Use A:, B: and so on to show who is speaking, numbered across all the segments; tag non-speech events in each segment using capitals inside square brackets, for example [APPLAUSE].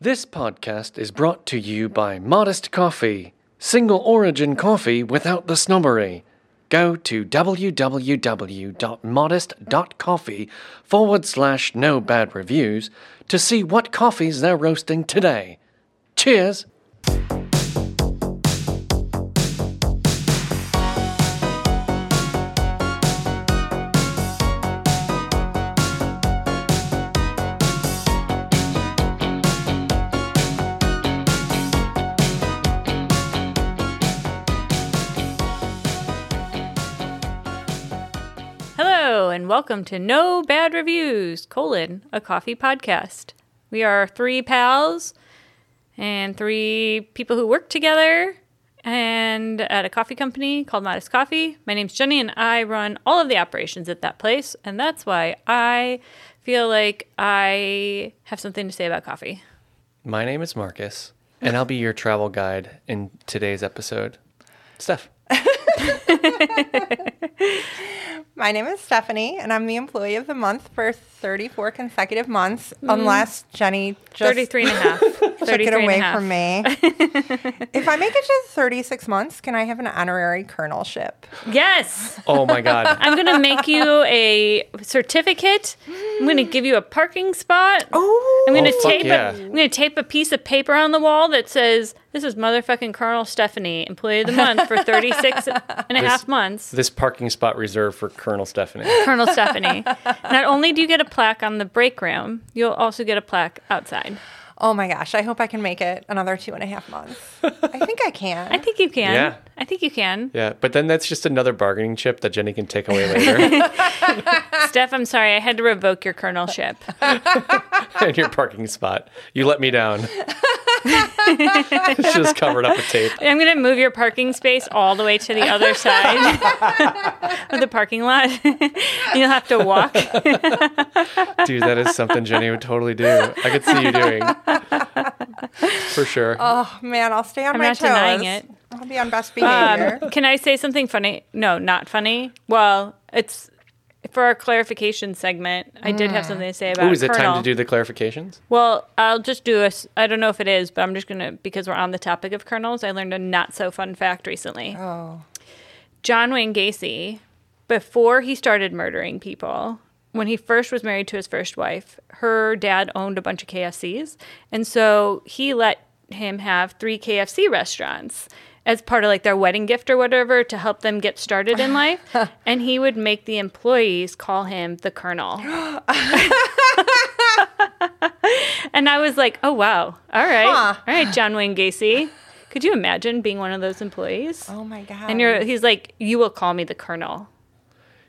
A: This podcast is brought to you by Modest Coffee, single origin coffee without the snobbery. Go to www.modest.coffee forward slash no bad reviews to see what coffees they're roasting today. Cheers!
B: Hello, and welcome to No Bad Reviews, colon, a coffee podcast. We are three pals and three people who work together and at a coffee company called Modest Coffee. My name's Jenny, and I run all of the operations at that place, and that's why I feel like I have something to say about coffee.
A: My name is Marcus, and I'll be your travel guide in today's episode. Steph.
C: My name is Stephanie, and I'm the employee of the month for 34 consecutive months, unless Jenny just
B: 33 and a half. 33
C: [LAUGHS] took it
B: Mm. and a
C: away
B: half.
C: from me.
B: [LAUGHS]
C: if I make it to 36 months, can I have an honorary colonelship?
B: Yes.
A: Oh my God.
B: I'm gonna make you a certificate. I'm gonna give you a parking spot.
C: Oh,
B: I'm gonna
A: Oh, fuck
B: tape.
A: yeah.
B: A, I'm gonna tape a piece of paper on the wall that says, "This is motherfucking Colonel Stephanie, employee of the month for
A: [LAUGHS]
B: 36 and a half
A: [LAUGHS]
B: months."
A: this parking spot reserved for Colonel Stephanie.
B: Colonel Stephanie. Not only do you get a plaque on the break room, you'll also get a plaque outside.
C: oh my gosh, I hope I can make it another two and a half months. I think I
B: I [LAUGHS]
C: can.
B: think you can.
A: Yeah.
B: I think you can.
A: Yeah, but then that's just another bargaining chip that Jenny can take away later
B: Steph, I'm sorry, I had to revoke your colonelship.
A: [LAUGHS] in your parking spot. You let me down. She's just covered up with tape.
B: I'm gonna move your parking space all the way to the
A: [LAUGHS]
B: other side [LAUGHS] of the parking lot. [LAUGHS] You'll have to walk.
A: Dude, that is something Jenny would totally do. I could see you doing. For sure.
C: Oh man, I'll stay on
B: I'm
C: my
B: not
C: toes.
B: denying it.
C: I'll be on best
B: Um,
C: behavior.
B: can I say something funny? No, not funny. Well, it's for our clarification segment. I did have something to say about.
A: Ooh, is it
B: Colonel.
A: time to do the clarifications?
B: Well, I'll just do a. s- I don't know if it is, but I'm just gonna because we're on the topic of colonels. I learned a not so fun fact recently.
C: oh,
B: John Wayne Gacy, before he started murdering people, when he first was married to his first wife, her dad owned a bunch of KFCs. And so he let him have three KFC restaurants as part of like their wedding gift or whatever to help them get started in life. and he would make the employees call him the Colonel. and I was like, oh, wow. All right.
C: Huh.
B: All right, John Wayne Gacy. Could you imagine being one of those employees?
C: oh my god.
B: And you're, he's like, you will call me the colonel.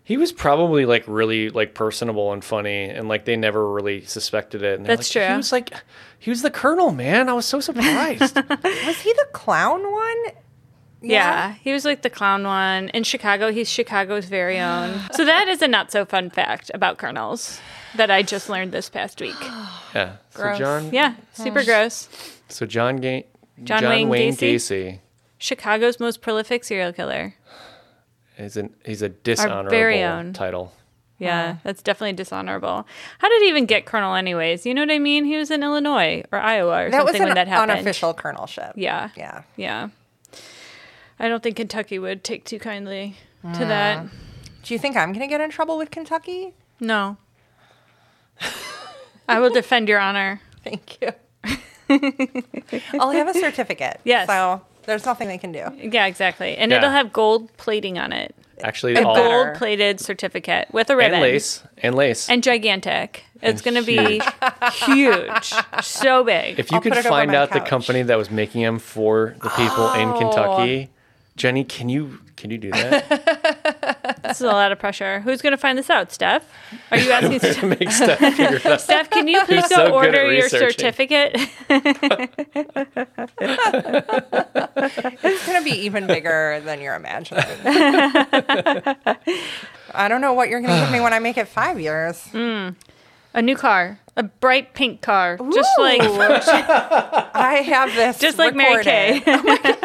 A: He was probably like really like personable and funny, and like they never really suspected it. And they're
B: That's
A: like, He
B: true.
A: was like, he was the colonel, man. I was so
B: [LAUGHS]
A: surprised.
C: was he the clown one?
B: Yeah. he was like the clown one in Chicago. He's Chicago's very own. so that is a not so fun fact about colonels that I just learned this past
C: [GASPS]
B: week.
A: yeah. So
C: Gross.
A: John.
B: Yeah, super gross.
A: So John. Ga-
B: John Wayne Gacy?
A: Gacy
B: Chicago's most prolific serial killer.
A: is an he's a dishonorable
B: very own.
A: title.
B: Yeah, that's definitely dishonorable. How did he even get colonel, anyways? You know what I mean? He was in Illinois or Iowa or
C: That was
B: something
C: an
B: when that happened.
C: unofficial colonelship.
B: Yeah.
C: Yeah.
B: Yeah. I don't think Kentucky would take too kindly to that.
C: Do you think I'm gonna get in trouble with Kentucky?
B: No. I will defend your honor.
C: Thank you. I'll have a certificate.
B: [LAUGHS] Yes.
C: So there's nothing they can do.
B: Yeah, exactly. And
A: Yeah.
B: it'll have gold plating on it.
A: Actually,
B: A
A: all
C: better.
B: gold plated certificate with a ribbon.
A: and lace and lace.
B: And gigantic. It's
A: And
B: going to be huge. so big.
A: if you
C: I'll
A: could
C: put it over
A: find
C: my
A: out the
C: couch. Oh.
A: company that was making them for the people in Kentucky, Jenny, can you can you do that? [LAUGHS]
B: this is a lot of pressure. Who's going to find this out, Steph? Are
A: [LAUGHS]
B: you asking Steph?
A: Make Steph figure it out.
B: Steph, can you please
A: so good
B: go
A: at
B: order your
A: researching.
B: certificate? [LAUGHS]
C: It's gonna
B: [LAUGHS]
C: be even bigger than you're imagining. [LAUGHS] I don't know what you're gonna give me when I make it five years.
B: a new car, a bright pink car, just like
C: I have this
B: just like Mary Kay.
C: recorded.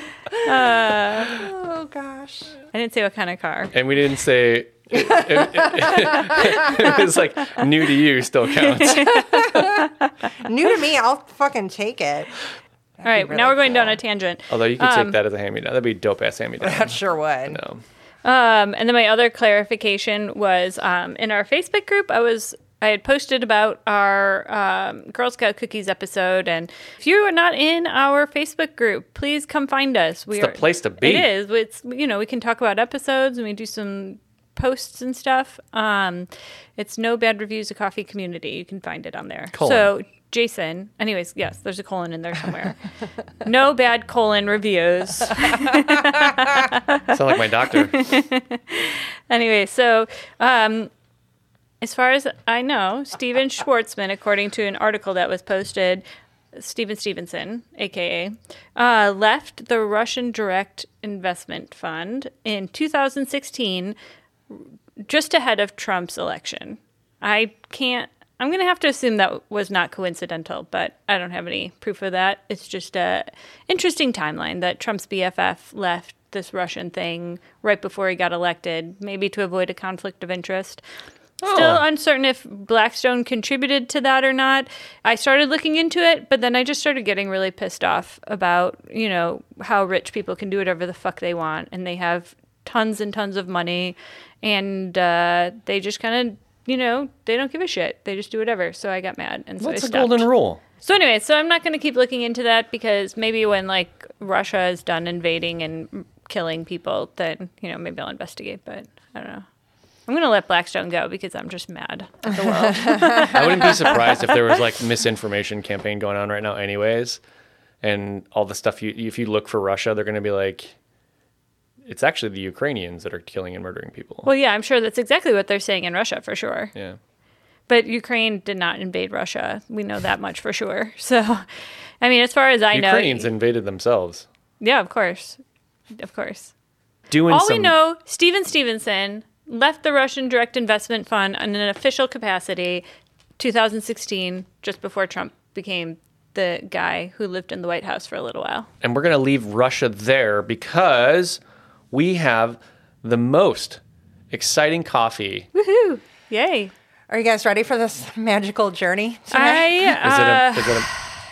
B: [LAUGHS]
C: Oh gosh.
B: I didn't say what kind of car.
A: And we didn't say [LAUGHS]
C: [LAUGHS]
A: it, it- it- it was like new to you still counts.
C: New to me, I'll fucking take it.
B: All right,
C: really
B: now we're going
C: cool.
B: down a tangent.
A: Although you could
C: Um,
A: take that as a hand me down. That'd be dope ass hand me down.
C: [LAUGHS] That sure would.
A: No.
B: Um, and then my other clarification was um, in our Facebook group, I was I had posted about our um, Girl Scout cookies episode, and if you are not in our Facebook group, please come find us. We
A: It's the
B: are-
A: place to be.
B: It is. It's you know we can talk about episodes and we do some posts and stuff. Um, it's no bad reviews a coffee community. You can find it on there.
A: Colon.
B: So Jason, anyways, yes, there's a colon in
A: [LAUGHS]
B: there somewhere. no bad colon reviews.
A: Sound like my
C: [LAUGHS]
A: doctor.
B: Anyway, so um, as far as I know, Steven Schwartzman, according to an article that was posted, Steven Stevenson, aka, uh, left the Russian Direct Investment Fund in 2016, just ahead of Trump's election. I can't. I'm going to have to assume that was not coincidental, but I don't have any proof of that. It's just a interesting timeline that Trump's BFF left this Russian thing right before he got elected, maybe to avoid a conflict of interest. Still
A: Oh.
B: uncertain if Blackstone contributed to that or not. I started looking into it, but then I just started getting really pissed off about, you know, how rich people can do whatever the fuck they want and they have tons and tons of money and uh, they just kind of, you know, they don't give a shit. They just do whatever. So I got mad and so I
A: What's the
B: stopped.
A: golden rule?
B: So anyway, so I'm not going to keep looking into that because maybe when like Russia is done invading and killing people, then you know maybe I'll investigate. But I don't know. I'm going to let Blackstone go because I'm just mad at the world.
A: I wouldn't be surprised if there was like misinformation campaign going on right now, anyways. And all the stuff you, if you look for Russia, they're going to be like, it's actually the Ukrainians that are killing and murdering people.
B: well, yeah, I'm sure that's exactly what they're saying in Russia for sure.
A: yeah.
B: But Ukraine did not invade Russia. We know that much for sure. [LAUGHS] So, I mean, as far as I
A: Ukrainians
B: know,
A: invaded themselves.
B: yeah, of course, of course.
A: Doing
B: All
A: some,
B: we know, Steven Stevenson left the Russian Direct Investment Fund in an official capacity 2016, just before Trump became the guy who lived in the White House for a little while.
A: And we're going to leave Russia there because we have the most exciting coffee.
B: Woohoo! Yay.
C: Are you guys ready for this magical journey? tonight?
A: [LAUGHS] Is it,
B: I,
A: a,
B: uh,
A: is it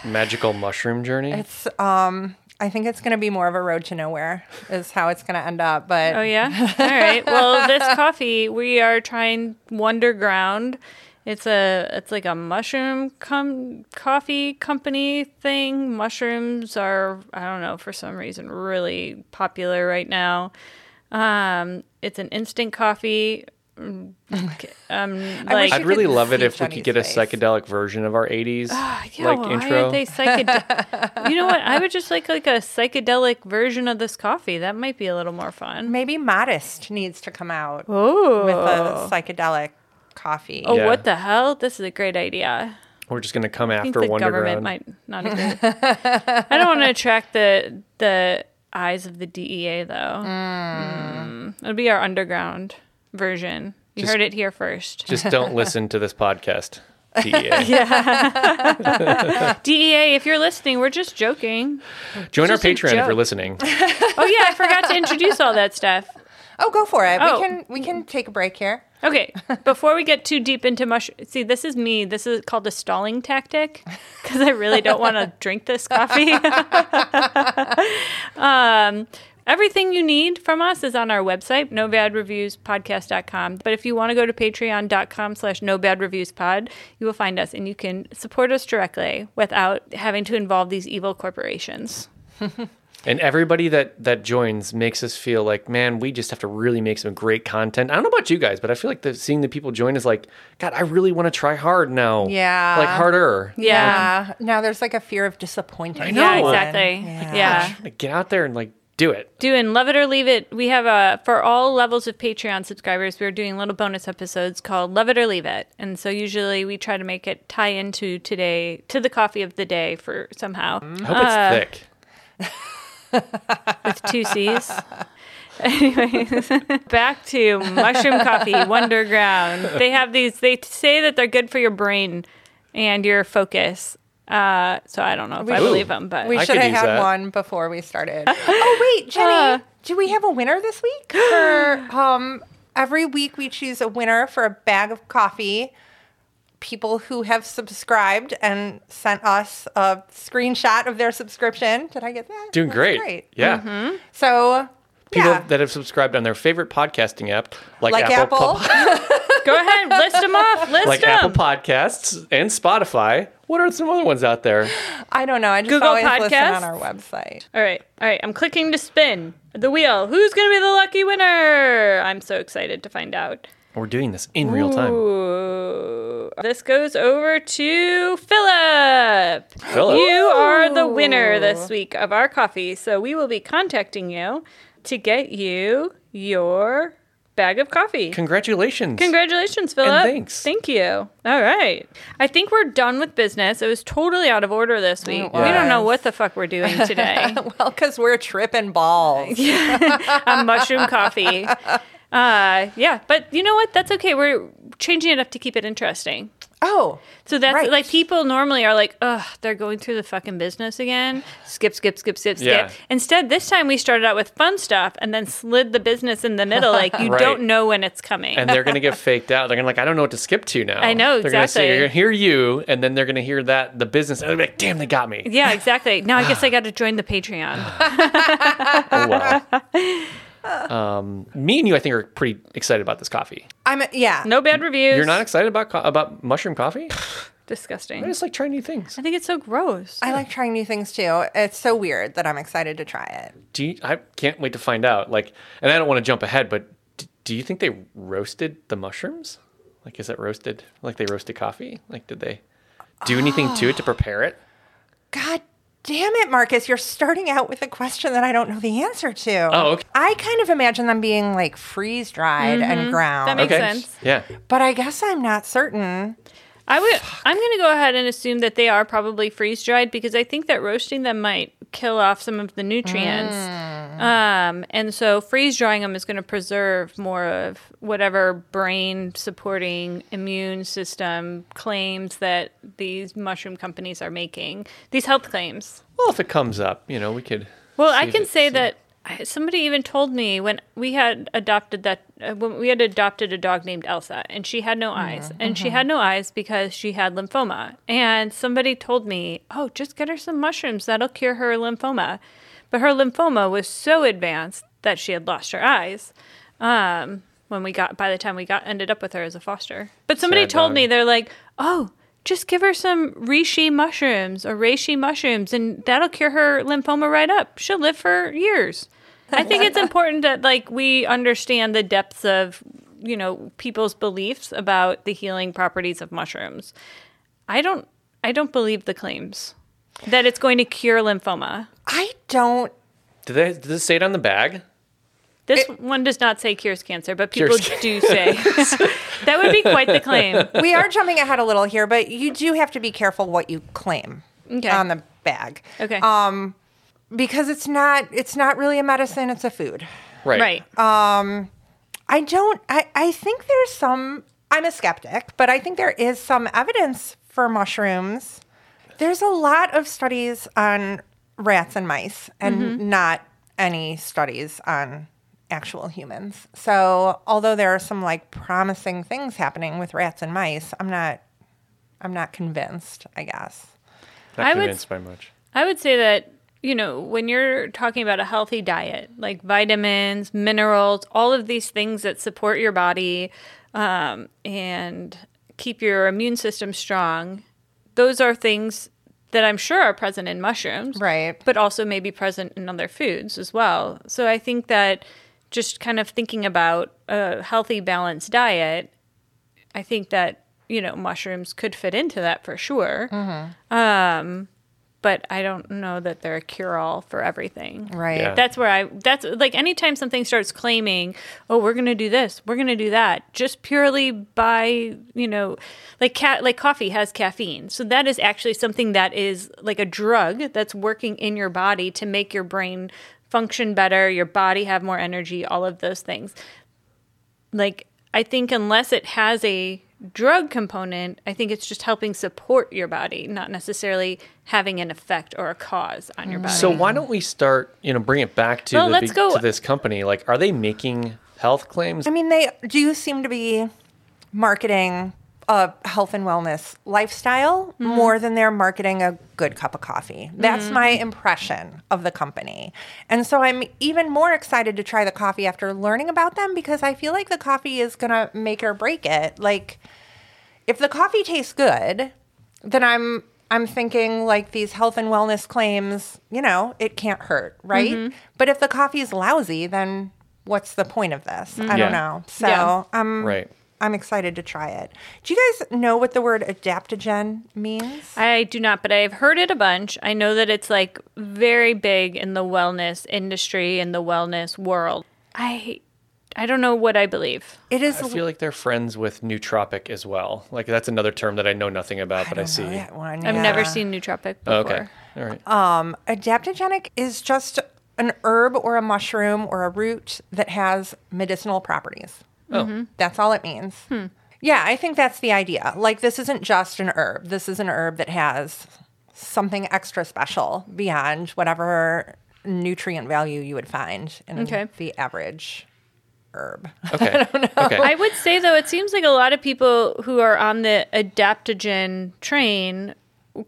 A: a magical mushroom journey?
C: It's um. I think it's going to be more of a road to nowhere is how it's going to end up. But
A: [LAUGHS]
B: oh, yeah? All right. Well, this coffee, we are trying Wonder Ground. It's a it's like a mushroom com- coffee company thing. Mushrooms are I don't know for some reason really popular right now. Um, it's an instant coffee. Mm, Um, like
C: wish
A: I'd
C: you
A: really
C: could
A: love it
C: see
A: if we could
C: Johnny's
A: get a
C: face.
A: psychedelic version of our 80s
B: yeah,
A: like
B: why
A: intro.
B: are
A: [LAUGHS]
B: they psychedelic? you know what? I would just like like a psychedelic version of this coffee. That might be a little more fun.
C: maybe modest needs to come out
B: Oh,
C: with a psychedelic coffee.
B: oh,
A: Yeah.
B: what the hell? This is a great idea.
A: We're just going to come
B: I think
A: after
B: the
A: Wonder
B: government
A: Ground.
B: might
A: [LAUGHS]
B: not agree. I don't want to attract the the eyes of the DEA though. Mm. It'll be our underground version. You
A: Just-
B: heard it here first.
A: Just don't listen to this podcast. E DEA.
B: DEA, E if you're listening, we're just joking.
A: Join our
B: Just a
A: Patreon if you're
B: joke.
A: listening.
B: Oh yeah, I forgot to introduce all that stuff.
C: Oh, go for it.
B: Oh.
C: We can we can take a break here.
B: Okay, before we get too deep into mush, see, this is me. This is called a stalling tactic because I really don't want to drink this coffee. [LAUGHS] um, everything you need from us is on our website, nobadreviewspodcast.com. But if you want to go to patreon.com slash nobadreviewspod, you will find us and you can support us directly without having to involve these evil corporations.
A: And everybody that that joins makes us feel like, man, we just have to really make some great content. I don't know about you guys, but I feel like the, seeing the people join is like, God, I really want to try hard now.
C: Yeah.
A: like harder.
B: Yeah.
C: Uh, Now there's like a fear of disappointing.
A: know.
B: Yeah,
A: No.
C: someone.
B: exactly.
C: Yeah.
B: yeah.
A: Like, get out there and like do it.
B: doing love it or leave it we have a for all levels of patreon subscribers we're doing little bonus episodes called love it or leave it and so usually we try to make it tie into today to the coffee of the day for somehow
A: I hope it's thick.
B: with two c's [LAUGHS] Anyways, [LAUGHS] back to mushroom coffee, Wonder Ground. They have these. They say that they're good for your brain and your focus. Uh, so I don't know if I
A: Ooh.
B: believe them, but
C: We
A: I
C: should
A: could
C: have
A: use
C: had
A: that.
C: one before we started. [LAUGHS] oh
B: Uh.
C: wait, Jenny, do we have a winner
B: [GASPS]
C: this week? For um, every week we choose a winner for a bag of coffee people who have subscribed and sent us a screenshot of their subscription. Did I get that?
A: Doing
C: That's
A: great. Yeah.
C: So,
A: People
C: yeah.
A: that have subscribed on their favorite podcasting app, like,
C: like
A: Apple,
C: [LAUGHS] Apple,
A: Po-
B: Go ahead, list them off. List
A: like
B: them.
A: Apple Podcasts and Spotify. What are some other ones out there?
C: I don't know. I just
B: Google
C: always listen on
B: Podcasts?
C: our website.
B: all right, all right. I'm clicking to spin the wheel. Who's gonna be the lucky winner? I'm so excited to find out.
A: We're doing this in real time.
B: Ooh. This goes over to Philip.
A: Philip.
B: You are the winner this week of our coffee, so we will be contacting you to get you your bag of coffee.
A: Congratulations.
B: Congratulations, Philip.
A: thanks.
B: Thank you. All right. I think we're done with business. It was totally out of order this week.
C: It
B: We don't know
C: was.
B: what the fuck we're doing today
C: [LAUGHS] Well, because we're tripping [LAUGHS] balls.
B: on mushroom coffee. Uh, yeah, but you know what? That's okay. We're changing it up to keep it interesting.
C: Oh,
B: So that's
C: Right.
B: like people normally are like, ugh, they're going through the fucking business again. Skip, skip, skip, skip, skip.
A: Yeah.
B: Instead, this time we started out with fun stuff and then slid the business in the middle. Like, you
A: [LAUGHS] Right.
B: don't know when it's coming.
A: and they're gonna
B: [LAUGHS]
A: get faked out. They're gonna like, I don't know what to skip to now.
B: I know,
A: They're gonna say
B: exactly.
A: you're gonna hear you, and then they're gonna hear that the business, and they're like, damn, they got
B: [LAUGHS]
A: me.
B: yeah, exactly. Now I guess I got to join the Patreon.
A: Oh well. um, me and you, I think, are pretty excited about this coffee.
C: I'm yeah.
B: No bad reviews.
A: You're not excited about co- about mushroom coffee?
B: disgusting.
A: I just like trying new things.
B: I think it's so gross.
C: I like trying new things too. It's so weird that I'm excited to try it.
A: Do you, I can't wait to find out. Like, and I don't want to jump ahead, but d- do you think they roasted the mushrooms? Like, is that roasted? Like they roasted coffee? Like, did they do anything to
B: Ah.
A: it to prepare it?
C: God damn it, Marcus. You're starting out with a question that I don't know the answer to.
A: Oh, okay.
C: I kind of imagine them being like freeze dried and ground.
B: That makes
A: okay.
B: sense.
A: Yeah.
C: but I guess I'm not certain.
B: I would. I'm going to go ahead and assume that they are probably freeze dried because I think that roasting them might kill off some of the nutrients. Um, and so freeze drying them is going to preserve more of whatever brain supporting immune system claims that these mushroom companies are making. These health claims.
A: Well, if it comes up, you know, we could.
B: Well,
A: see
B: I
A: if
B: can
A: it-
B: say
A: see-
B: that I- somebody even told me when we had adopted that uh, when we had adopted a dog named Elsa, and she had no eyes, and
A: Mm-hmm.
B: she had no eyes because she had lymphoma. And somebody told me, "Oh, just get her some mushrooms; that'll cure her lymphoma." But her lymphoma was so advanced that she had lost her eyes. Um, when we got by the time we got ended up with her as a foster, but somebody
A: Sad
B: told
A: dog.
B: me they're like, "Oh." Just give her some reishi mushrooms or reishi mushrooms, and that'll cure her lymphoma right up. She'll live for years. I think it's important that like we understand the depths of you know people's beliefs about the healing properties of mushrooms. I don't I don't believe the claims that it's going to cure lymphoma.
C: I don't.
A: Did, they, did this say it on the bag?
B: This one does not say cures cancer, but people
A: Cures can-
B: do say
A: [LAUGHS]
B: that would be quite the claim.
C: We are jumping ahead a little here, but you do have to be careful what you claim
B: Okay.
C: on the bag.
B: Okay,
C: Um, because it's not it's not really a medicine, it's a food.
A: Right.
B: right.
C: I don't. I, I think there's some. I'm a skeptic, but I think there is some evidence for mushrooms. There's a lot of studies on rats and mice, and not any studies on actual humans. So, although there are some like promising things happening with rats and mice, I'm not. I'm not convinced. I guess.
A: Not
B: I would-
A: convinced by much.
B: I would say that, you know, when you're talking about a healthy diet, like vitamins, minerals, all of these things that support your body um, and keep your immune system strong, those are things that I'm sure are present in mushrooms.
C: Right.
B: But also maybe present in other foods as well. So I think that just kind of thinking about a healthy, balanced diet, I think that, you know, mushrooms could fit into that for sure Um, but I don't know that they're a cure all for everything.
C: Right.
A: Yeah.
B: That's where I, that's like anytime something starts claiming, oh, we're going to do this, we're going to do that, just purely by, you know, like cat, like coffee has caffeine. So that is actually something that is like a drug that's working in your body to make your brain function better, your body have more energy, all of those things like I think unless it has a drug component, I think it's just helping support your body, not necessarily having an effect or a cause on your body.
A: So why don't we start? You know, bring it back to
B: Well,
A: the,
B: let's
A: big-
B: go-
A: to this company. Like, are they making health claims?
C: I mean, they do seem to be marketing a health and wellness lifestyle more than they're marketing a good cup of coffee. That's my impression of the company. And so I'm even more excited to try the coffee after learning about them because I feel like the coffee is going to make or break it. Like if the coffee tastes good, then I'm I'm thinking like these health and wellness claims, you know, it can't hurt, right? But if the coffee is lousy, then what's the point of this? I
A: Yeah.
C: don't know. So um,
D: Yeah.
C: I'm
A: Right.
C: I'm excited to try it. Do you guys know what the word adaptogen means?
B: I do not, but I've heard it a bunch. I know that it's like very big in the wellness industry and the wellness world. I I don't know what I believe.
C: It is
A: I feel like they're friends with nootropic as well. Like that's another term that I know nothing about, but I see.
C: that one.
B: I've never
C: yeah.
B: seen nootropic before. Um,
A: Oh, okay. All right.
C: adaptogenic is just an herb or a mushroom or a root that has medicinal properties.
A: oh,
B: [LAUGHS]
C: That's all it means.
B: Hmm.
C: Yeah, I think that's the idea. Like, this isn't just an herb. This is an herb that has something extra special beyond whatever nutrient value you would find in
B: Okay.
C: the average herb.
A: okay. Okay.
B: [LAUGHS] I would say though, it seems like a lot of people who are on the adaptogen train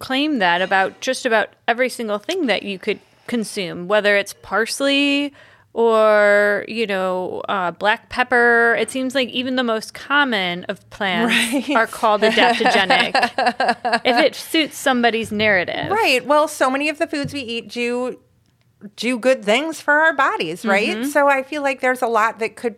B: claim that about just about every single thing that you could consume, whether it's parsley or you know uh, black pepper. It seems like even the most common of plants are called adaptogenic if it suits somebody's narrative.
C: Right. Well, so many of the foods we eat do do good things for our bodies, right?
A: Mm-hmm.
C: So I feel like there's a lot that could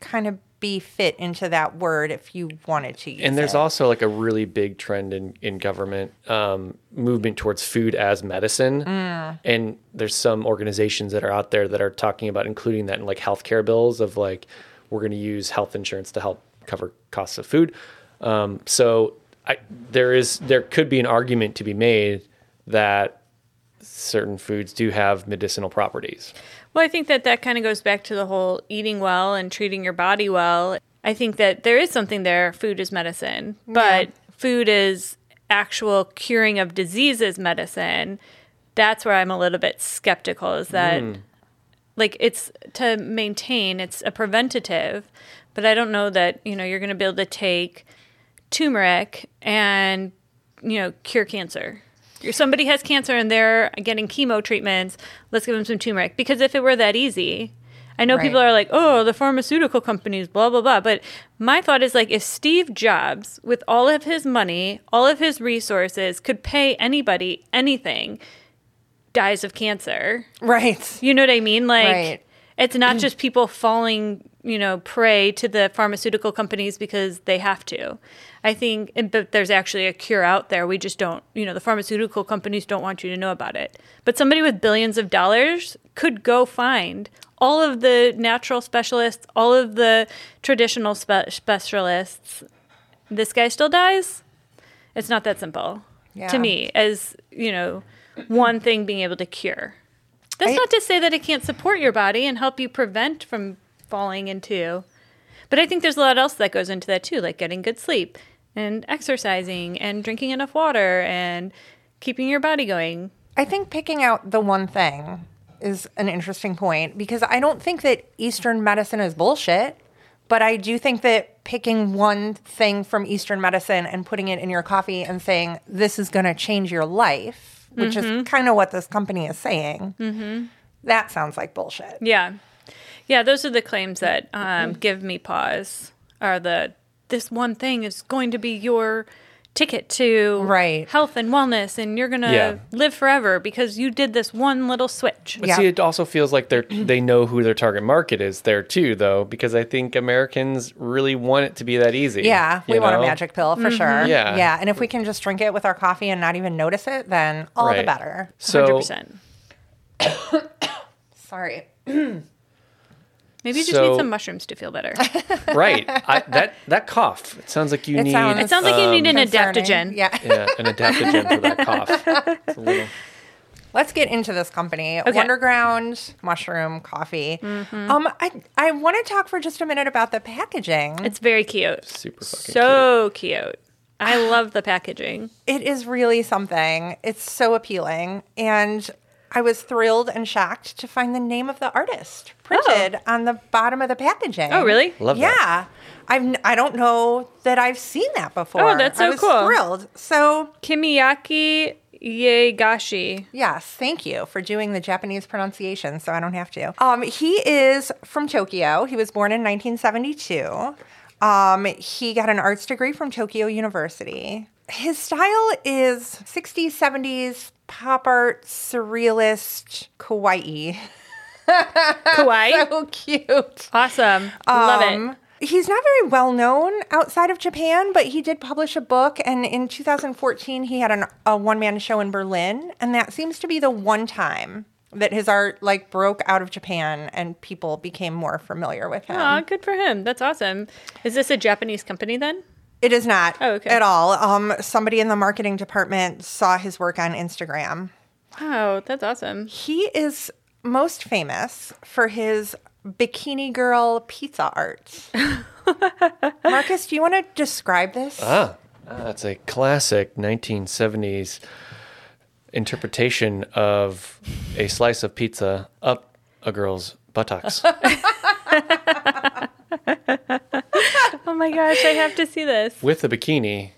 C: kind of be fit into that word if you wanted to use
A: and there's
C: it.
A: also like a really big trend in, in government um, movement towards food as medicine and there's some organizations that are out there that are talking about including that in like healthcare bills of like we're going to use health insurance to help cover costs of food um, so I, there is there could be an argument to be made that certain foods do have medicinal properties
B: Well, I think that that kind of goes back to the whole eating well and treating your body well. I think that there is something there. Food is medicine, but food is actual curing of diseases medicine. That's where I'm a little bit skeptical is that, like, it's to maintain, it's a preventative, but I don't know that, you know, you're going to be able to take turmeric and, you know, cure cancer if somebody has cancer and they're getting chemo treatments, let's give them some turmeric. Because if it were that easy, I know
C: Right.
B: people are like, oh, the pharmaceutical companies, blah, blah, blah. But my thought is like, if Steve Jobs, with all of his money, all of his resources, could pay anybody anything, dies of cancer.
C: right.
B: You know what I mean? Like,
C: Right.
B: it's not just people falling, you know, prey to the pharmaceutical companies because they have to. I think, and- but there's actually a cure out there. We just don't, you know, the pharmaceutical companies don't want you to know about it. But somebody with billions of dollars could go find all of the natural specialists, all of the traditional spe- specialists. This guy still dies. It's not that simple
C: Yeah.
B: to me, as, you know, one thing being able to cure. That's
C: I-
B: not to say that it can't support your body and help you prevent from falling into. But I think there's a lot else that goes into that too, like getting good sleep and exercising and drinking enough water and keeping your body going.
C: I think picking out the one thing is an interesting point because I don't think that Eastern medicine is bullshit, but I do think that picking one thing from Eastern medicine and putting it in your coffee and saying, this is going to change your life, which
B: Mm-hmm.
C: is kind of what this company is saying, that sounds like bullshit.
B: Yeah. Yeah, those are the claims that
C: Mm-hmm.
B: um, give me pause are the this one thing is going to be your ticket to
C: Right.
B: health and wellness and you're going to
A: Yeah.
B: live forever because you did this one little switch.
A: But
C: Yeah. Mm-hmm.
A: see, it also feels like they're they know who their target market is there too, though, because I think Americans really want it to be that easy.
C: Yeah, we
A: you
C: want a
A: know?
C: magic pill for
B: Mm-hmm.
C: sure.
A: Yeah.
C: Yeah. And if we can just drink it with our coffee and not even notice it, then all the
A: Right.
C: better.
A: So
C: [LAUGHS]
B: 100%.
C: Sorry.
B: Maybe you just
A: So-
B: need some mushrooms to feel
C: [LAUGHS]
B: better.
A: right, I, that that cough. It sounds like you
C: It
A: need
C: sounds-
B: It sounds like
A: Um,
B: you need an
C: Concerning.
B: adaptogen.
C: Yeah.
A: yeah, an adaptogen for that cough.
C: [LAUGHS]
A: It's a little-
C: Let's get into this company. Wonderground, mushroom, coffee.
B: Mm-hmm.
C: Um, I I want to talk for just a minute about the packaging.
B: It's very cute.
A: super fucking
B: So cute.
C: [SIGHS]
B: I love the packaging.
C: It is really something. It's so appealing, and I was thrilled and shocked to find the name of the artist printed on the bottom of the packaging.
B: Oh, really?
A: Love
C: yeah.
A: that.
C: I've, I don't know that I've seen that before.
B: Oh, that's so
C: I was
B: cool.
C: Thrilled. So
B: Kimiyaki
C: [LAUGHS]
B: Yegashi.
C: Yes, thank you for doing the Japanese pronunciation so I don't have to. Um, he is from Tokyo. He was born in 1972. Um, he got an arts degree from Tokyo University. His style is 60s, 70s pop art, surrealist, kawaii.
B: Kawaii.
C: [LAUGHS] So cute.
B: Awesome. Love it.
C: Um, He's not very well known outside of Japan, but he did publish a book. And in 2014, he had an, a one man show in Berlin. And that seems to be the one time that his art like broke out of Japan and people became more familiar with him.
B: Aw, good for him. That's awesome. Is this a Japanese company then?
C: It is not
B: Oh, okay.
C: at all. Um, somebody in the marketing department saw his work on Instagram.
B: Oh, that's awesome.
C: He is most famous for his bikini girl pizza
B: [LAUGHS]
C: art. Marcus, do you want to describe this?
A: Ah, ah, that's a classic 1970s interpretation of a slice of pizza up a girl's buttocks.
B: Oh my gosh, I have to see this.
A: with a bikini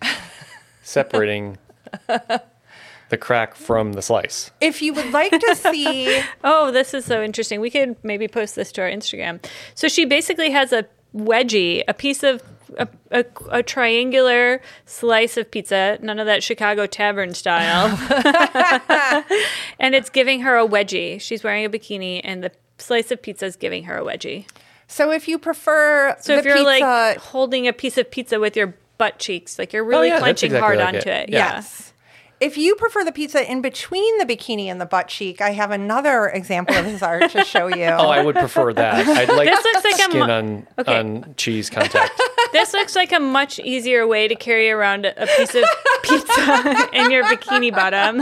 A: separating the crack from the slice.
C: If you would like
B: [LAUGHS]
C: to see,
B: Oh, this is so interesting. We could maybe post this to our Instagram. So she basically has a wedgie, a piece of a, a, a triangular slice of pizza, none of that Chicago tavern style. and it's giving her a wedgie. She's wearing a bikini, and the slice of pizza is giving her a wedgie.
C: so if you prefer,
B: So
C: the
B: if you're
C: pizza,
B: like holding a piece of pizza with your butt cheeks, like you're really
A: Oh, yeah, that's
B: clenching
A: exactly
B: hard
A: like
B: onto
A: it.
B: it.
A: Yeah.
B: Yeah.
C: yes, if you prefer the pizza in between the bikini and the butt cheek, I have another example of his art to show
B: [LAUGHS]
C: you.
A: Oh, I would prefer that. I'd like
B: This looks like a
A: skin
B: mu-
A: on
B: Okay.
A: on cheese contact.
B: [LAUGHS] This looks like a much easier way to carry around a
C: [LAUGHS]
B: piece of pizza [LAUGHS] in your bikini bottom.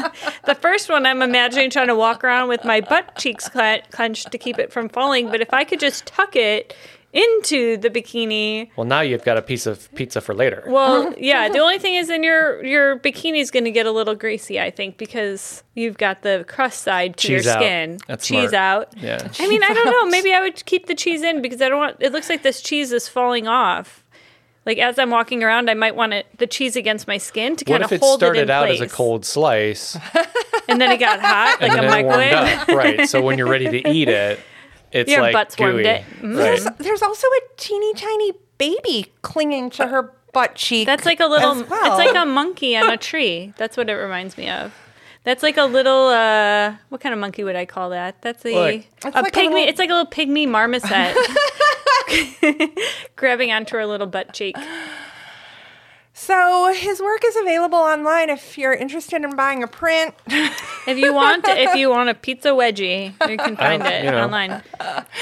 B: The first one I'm imagining trying to walk around with my butt cheeks clen- clenched to keep it from falling, but if I could just tuck it into the bikini,
A: Well, now you've got a piece of pizza for later.
C: Uh-huh.
B: well, yeah, the only thing is then your your bikini's going to get a little greasy, I think, because you've got the crust side to
A: Cheese
B: your
A: out.
B: skin.
A: That's
B: cheese
A: smart.
B: out.
A: yeah.
B: I mean, I don't know. Maybe I would keep the cheese in because I don't want. It looks like this cheese is falling off. Like as I'm walking around, I might want it, the cheese against my skin to
A: What
B: kind of
A: if it
B: hold it
A: started
B: in
A: out
B: place.
A: as a cold
B: [LAUGHS]
A: slice
B: and then it got hot
A: [LAUGHS]
B: like
A: and then
B: a
A: it warmed
B: microwave.
A: up? Right. So when you're ready to eat
B: [LAUGHS]
A: it, it's
B: Your
A: like
B: butt's warmed
A: gooey.
B: it. Mm-hmm.
A: Right.
C: there's, there's also a teeny tiny baby clinging to her butt cheek.
B: That's like a little.
C: as well.
B: It's like a monkey on a tree. That's what it reminds me of. That's like a little. uh What kind of monkey would I call that? That's a
A: Like-
B: a
C: It's like a
B: pygmy.
C: little-
B: It's like a little pygmy
C: [LAUGHS]
B: marmoset. [LAUGHS] Grabbing onto her little butt cheek.
C: so his work is available online if you're interested in buying a print.
B: If you want, if you want a pizza wedgie, you can find
A: don't-
B: it
A: you know.
B: online.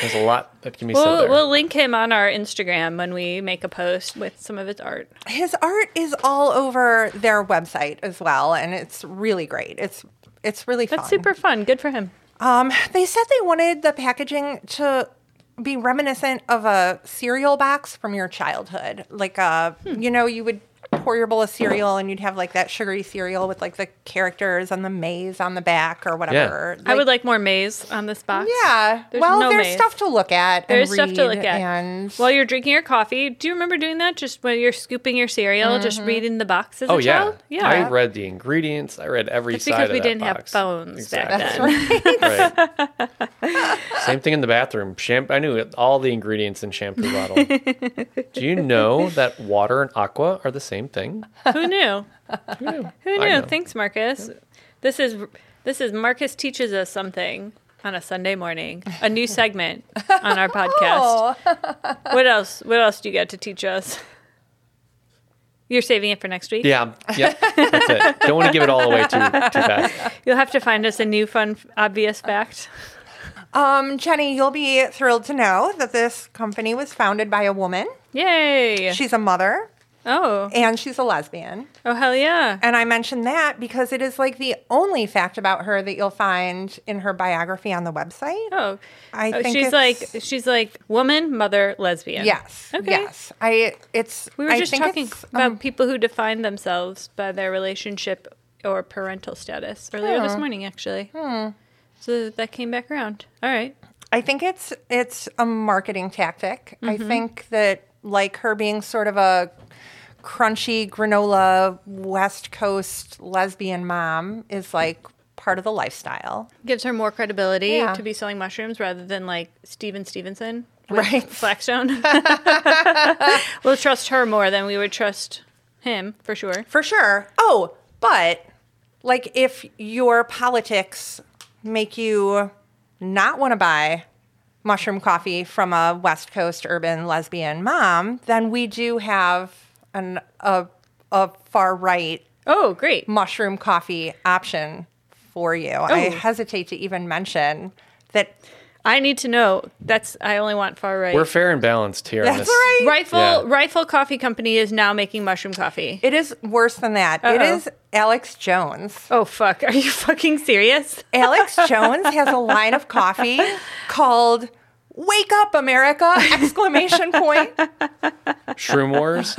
A: There's a lot that can be said
B: We'll,
A: there.
B: we'll link him on our Instagram when we make a post with some of his art.
C: His art is all over their website as well, and it's really great. It's it's really fun.
B: That's super fun. Good for him.
C: Um, they said they wanted the packaging to be reminiscent of a cereal box from your childhood. Like, uh,
B: Hmm.
C: you know, you would pour your bowl of cereal and you'd have like that sugary cereal with like the characters and the maze on the back or whatever.
B: I would like more maze on this box.
C: Yeah.
B: There's
C: well,
B: no
C: there's
B: maze.
C: stuff to look at.
B: There's
C: and
B: stuff to
C: read
B: look at.
C: And
B: While you're drinking your coffee, do you remember doing that? Just when you're scooping your cereal, just
C: Mm-hmm.
B: reading the box as
A: Oh
B: a
A: yeah.
B: child?
A: I read the ingredients. I read every
B: That's
A: side
B: because
A: of
B: we
A: that
B: didn't have
A: box.
B: phones back
A: Exactly.
C: that's
B: then.
C: right.
A: Right.
B: [LAUGHS]
A: Same thing in the bathroom. Champ- I knew all the ingredients in shampoo
B: [LAUGHS]
A: bottle. Do you know that water and aqua are the same thing? [LAUGHS]
B: Who knew? Who
A: I
B: knew?
A: know.
B: Thanks, Marcus. This is this is Marcus teaches us something on a Sunday morning. A
C: [LAUGHS]
B: new segment on our podcast.
C: Oh,
B: What else? What else do you got to teach us? You're saving it for next week.
A: Yeah. Yeah. That's it. Don't want to give it all away too too fast.
B: You'll have to find us a new fun, f- obvious fact.
C: um, Jenny, you'll be thrilled to know that this company was founded by a woman.
B: Yay!
C: She's a mother
B: oh,
C: and she's a lesbian.
B: oh hell yeah!
C: And I mention that because it is like the only fact about her that you'll find in her biography on the website.
B: Oh,
C: I
B: Oh,
C: think
B: she's
C: it's-
B: like she's like woman, mother, lesbian.
C: Yes.
B: Okay.
C: Yes. I it's
B: We were
C: I
B: just
C: think
B: talking
C: it's,
B: about
C: um,
B: people who define themselves by their relationship or parental status earlier this morning, actually.
C: Hmm.
B: So that came back around. All right. Mm-hmm.
C: I think it's it's a marketing tactic. I think that like her being sort of a crunchy granola West Coast lesbian mom is like part of the lifestyle.
B: Gives her more credibility
C: Yeah.
B: to be selling mushrooms rather than like Steven Stevenson with
C: Right. [LAUGHS]
B: Blackstone. [LAUGHS] we'll trust her more than we would trust him for sure.
C: For sure. Oh, but like if your politics make you not want to buy mushroom coffee from a West Coast urban lesbian mom, then we do have an a a far right
B: Oh, great.
C: mushroom coffee option for you. I
B: Oh.
C: hesitate to even mention that
B: I need to know. That's I only want far right.
A: We're fair and balanced here. on this.
C: That's right.
B: Rifle
A: Yeah.
B: Rifle Coffee Company is now making mushroom coffee.
C: it is worse than that. It
B: Uh-oh.
C: is Alex Jones.
B: Oh fuck! [LAUGHS] Are you fucking serious?
C: Alex Jones has a line of coffee called Wake Up America
B: [LAUGHS]
C: exclamation point.
A: Shroom Wars.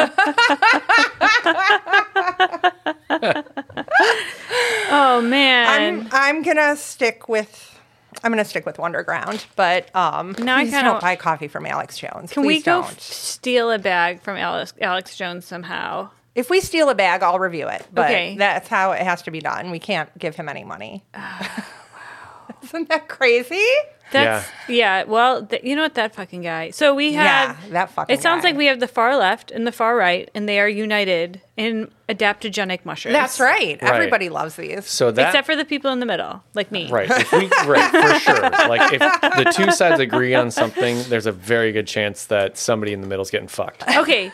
B: Oh man!
C: I'm I'm gonna stick with I'm gonna stick with Wonderground, but um
B: Now I
C: please
B: kinda-
C: don't buy coffee from Alex Jones.
B: Can we
C: Please
B: go
C: don't.
B: f- steal a bag from Alex Alex Jones somehow?
C: if we steal a bag, I'll review it. But
B: Okay.
C: that's how it has to be done. We can't give him any
B: [SIGHS]
C: money.
B: Oh,
C: [LAUGHS] Isn't that crazy?
B: That's yeah. Well, th- you know what that fucking guy. So we have
C: yeah, that fucking
B: It sounds
C: guy.
B: like we have the far left and the far right, and they are united in adaptogenic mushrooms.
C: That's right.
A: Right.
C: Everybody loves these.
A: So that
B: Except for the people in the middle, like me.
A: Right. If we, right, for sure. Like if the two sides agree on something, there's a very good chance that somebody in the middle's getting fucked.
B: Okay.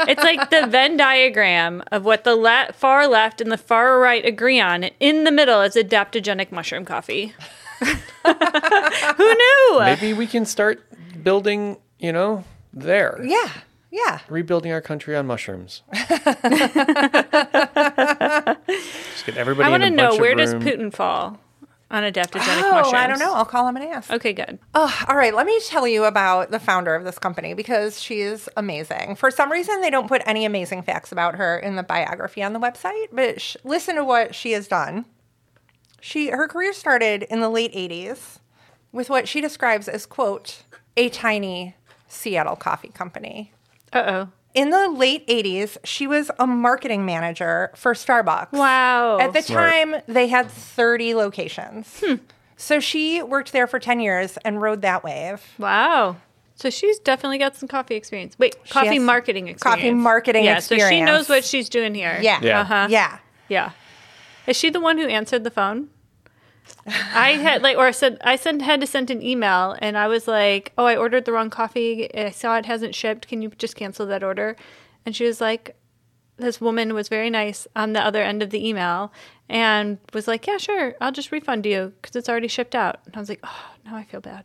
B: it's like the Venn diagram of what the le- far left and the far right agree on. and In the middle is adaptogenic mushroom coffee. [LAUGHS] Who knew?
A: Maybe we can start building, you know, there.
C: Yeah. Yeah.
A: Rebuilding our country on
B: [LAUGHS]
A: mushrooms. Just get everybody
B: I want to
A: in a
B: know
A: bunch of
B: where does
A: room.
B: Putin fall on adaptogenic
C: Oh,
B: mushrooms?
C: I don't know. I'll call him and ask.
B: Okay, good.
C: Oh, all right. Let me tell you about the founder of this company because she is amazing. For some reason, they don't put any amazing facts about her in the biography on the website, but sh- listen to what she has done. She her career started in the late 80s with what she describes as quote a tiny Seattle coffee company.
B: Uh
C: In the late 80s, she was a marketing manager for Starbucks.
B: oh. Wow.
C: At the
A: Smart.
C: time, they had 30 locations. So she worked there for 10 years and rode that wave.
B: wow. So she's definitely got some coffee experience. Wait, coffee
C: has
B: marketing experience.
C: marketing
B: yeah, So she
C: experience.
B: knows what she's doing here.
C: [LAUGHS] Yeah.
A: Yeah.
B: Uh-huh.
C: Yeah.
B: Yeah. Is she the one who answered the phone? I had like, or I said, I sent had to send an email, and I was like, "Oh, I ordered the wrong coffee. I saw it hasn't shipped. Can you just cancel that order?" And she was like, "This woman was very nice on the other end of the email, and was like, "Yeah, sure. I'll just refund you because it's already shipped out." And I was like, "Oh, now I feel bad.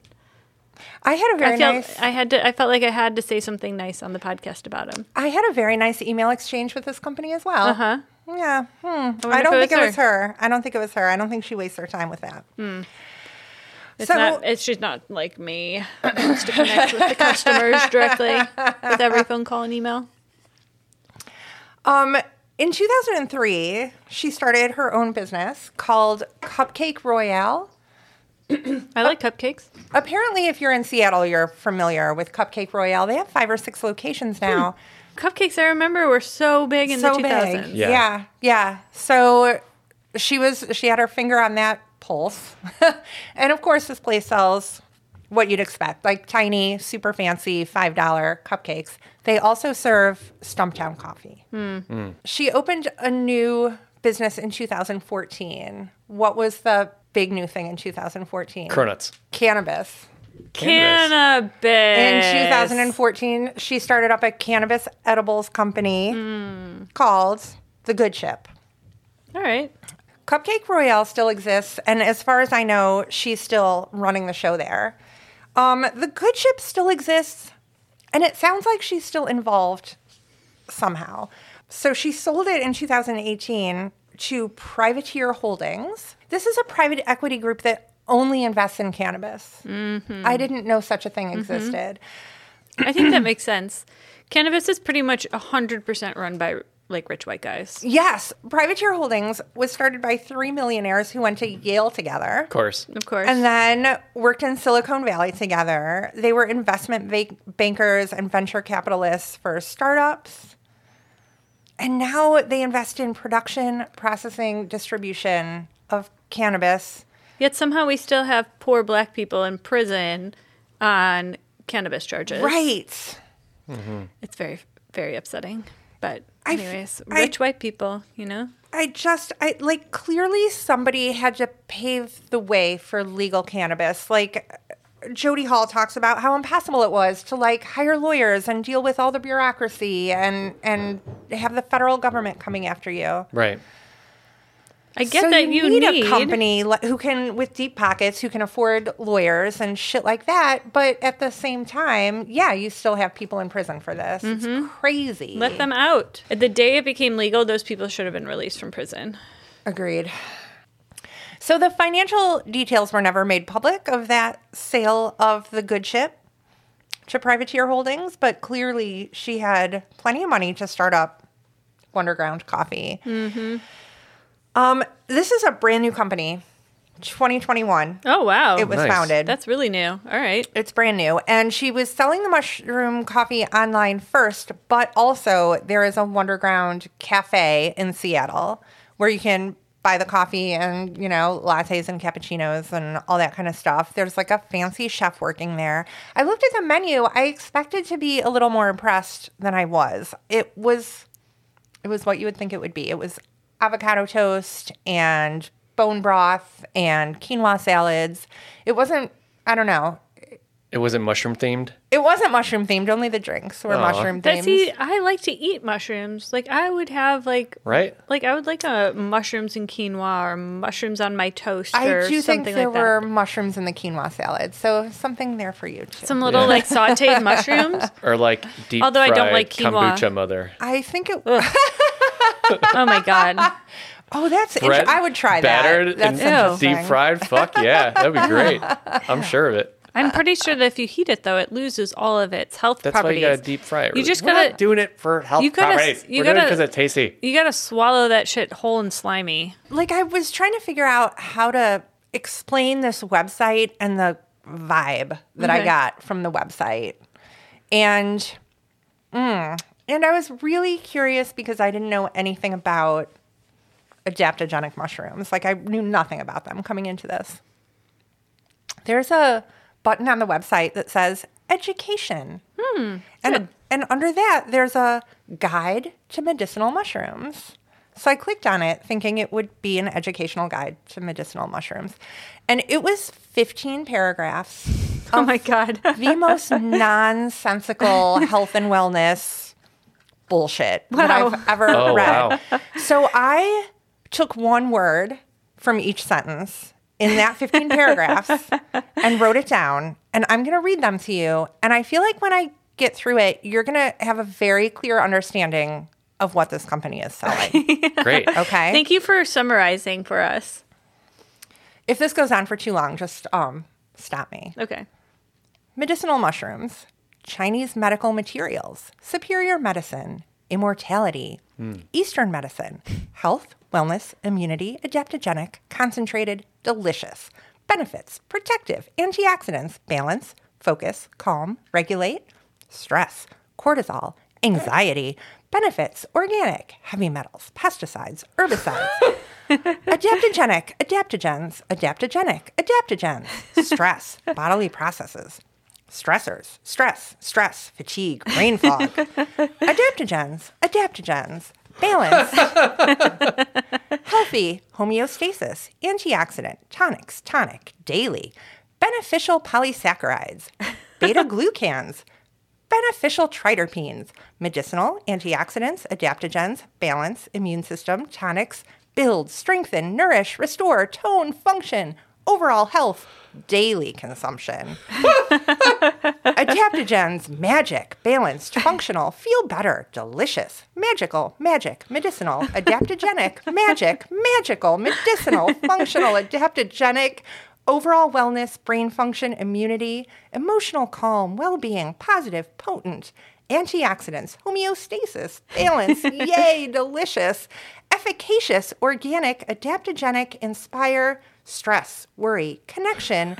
C: I had a very
B: I felt
C: nice
B: I had to. I felt like I had to say something nice on the podcast about him.
C: I had a very nice email exchange with this company as well.
B: Uh huh.
C: Yeah. Hmm.
B: wonder
C: I, don't
B: if it
C: think
B: was Mm.
C: it was her. I don't think it was her. I don't think she wastes her time with that.
B: It's
C: So-
B: not. It's she's not like me that wants to connect with the customers directly with every phone call and email.
C: Um in 2003, she started her own business called Cupcake Royale.
B: I like cupcakes.
C: Apparently, if you're in Seattle, you're familiar with Cupcake Royale. They have five or six locations
B: Hmm.
C: now.
B: Cupcakes, I remember, were so big in
C: so
B: the
C: big.
B: 2000s.
A: Yeah.
C: Yeah. yeah, So she was she had her finger on that pulse, [LAUGHS] and of course, this place sells what you'd expect, like tiny, super fancy five dollar cupcakes. They also serve Stumptown coffee.
B: Hmm.
C: She opened a new business in 2014. What was the big new thing in 2014?
A: Cronuts.
C: Cannabis.
B: Cannabis.
C: In 2014, she started up a cannabis edibles company
B: Hmm.
C: called The Good Ship.
B: All right.
C: Cupcake Royale still exists, and as far as I know, she's still running the show there. Um, the Good Ship still exists, and it sounds like she's still involved somehow. So she sold it in 2018 to Privateer Holdings. This is a private equity group that only invests in cannabis. I didn't know such a thing existed.
B: I think that makes sense. Cannabis is pretty much 100% run by like rich white guys.
C: Yes, Privateer Holdings was started by three millionaires who went to Yale together.
A: Of course.
B: Of course.
C: And then worked in Silicon Valley together. They were investment va- bankers and venture capitalists for startups. And now they invest in production, processing, distribution of cannabis.
B: Yet somehow we still have poor black people in prison on cannabis charges.
C: Right.
B: It's very, very upsetting. But
C: I f-
B: anyways,
C: I-
B: rich white people, you know?
C: I just, I like, clearly somebody had to pave the way for legal cannabis. Like, Jody Hall talks about how impossible it was to like hire lawyers and deal with all the bureaucracy and and have the federal government coming after you.
A: Right.
B: I get
C: so
B: that you,
C: need, a company li- who can, with deep pockets, who can afford lawyers and shit like that. But at the same time, yeah, you still have people in prison for this.
B: Mm-hmm.
C: It's crazy.
B: Let them out. The day it became legal, those people should have been released from prison.
C: Agreed. So the financial details were never made public of that sale of the good ship to Privateer Holdings, but clearly she had plenty of money to start up Wonderground Coffee. Mm-hmm. Um, this is a brand new company, 2021.
B: Oh, wow.
C: It was
A: Nice.
C: founded.
B: That's really new. All right.
C: It's brand new. And she was selling the mushroom coffee online first, but also there is a Wonderground cafe in Seattle where you can buy the coffee and, you know, lattes and cappuccinos and all that kind of stuff. There's like a fancy chef working there. I looked at the menu. I expected to be a little more impressed than I was. It was it was what you would think it would be. It was avocado toast and bone broth and quinoa salads. It wasn't I don't know.
A: It wasn't mushroom themed.
C: It wasn't mushroom themed. Only the drinks were
A: Aw.
C: mushroom
B: But
C: themed.
B: see, I like to eat mushrooms. Like I would have like
A: Right.
B: like I would like a mushrooms and quinoa or mushrooms on my toast
C: I
B: or
C: do think
B: something
C: there
B: like
C: were
B: that.
C: mushrooms in the quinoa salad, so something there for you too.
B: Some little
A: Yeah.
B: like
C: [LAUGHS]
B: sauteed mushrooms.
A: Or like deep
B: Although I don't
A: fried
B: like quinoa.
A: kombucha mother.
C: I think it.
B: Oh my god.
C: Oh, that's.
A: Bread
C: Inter- I would try
A: battered
C: that. That's
A: and
C: interesting.
A: deep fried. Fuck yeah, that'd be great.
B: [LAUGHS]
A: I'm sure of it.
B: I'm pretty sure that if you heat it though, it loses all of its health
A: That's
B: properties.
A: why you gotta deep fry it.
B: You just
A: We're
B: gotta-
A: not doing it for health
B: You gotta-
A: properties.
B: you
A: We're doing it
B: gotta-
A: because it's
B: [LAUGHS]
A: tasty.
B: You gotta swallow that shit whole and slimy.
C: Like I was trying to figure out how to explain this website and the vibe that I
B: Okay.
C: got from the website, and mm, and I was really curious because I didn't know anything about adaptogenic mushrooms. Like I knew nothing about them coming into this. There's a button on the website that says education. and and under that there's a guide to medicinal mushrooms. So I clicked on it thinking it would be an educational guide to medicinal mushrooms. And it was 15 paragraphs
B: Oh my god. [LAUGHS]
C: the most nonsensical health and wellness bullshit that I've ever
A: Oh,
C: read.
A: wow.
C: So I took one word from each sentence in that 15 paragraphs and wrote it down. And I'm going to read them to you. And I feel like when I get through it, you're going to have a very clear understanding of what this company is selling.
A: Great.
C: Okay.
B: Thank you for summarizing for us.
C: if this goes on for too long, just um, stop me.
B: Okay.
C: medicinal mushrooms, Chinese medical materials, superior medicine, immortality, Eastern medicine, health, wellness, immunity, adaptogenic, concentrated, delicious, benefits, protective, antioxidants, balance, focus, calm, regulate, stress, cortisol, anxiety, benefits, organic, heavy metals, pesticides, herbicides. Adaptogenic, adaptogens, adaptogenic, adaptogens, stress, bodily processes, stressors, stress, stress, fatigue, brain fog, adaptogens, adaptogens, balance, healthy, homeostasis, antioxidant, tonics, tonic, daily, beneficial polysaccharides, beta glucans, beneficial triterpenes, medicinal, antioxidants, adaptogens, balance, immune system, tonics, build, strengthen, nourish, restore, tone, function, overall health, daily consumption. Adaptogens, magic, balanced, functional, feel better, delicious, magical, magic, medicinal, adaptogenic, magic, magical, medicinal, functional, adaptogenic, overall wellness, brain function, immunity, emotional calm, well being, positive, potent, antioxidants, homeostasis, balance, yay, delicious, efficacious, organic, adaptogenic, inspire, stress, worry, connection,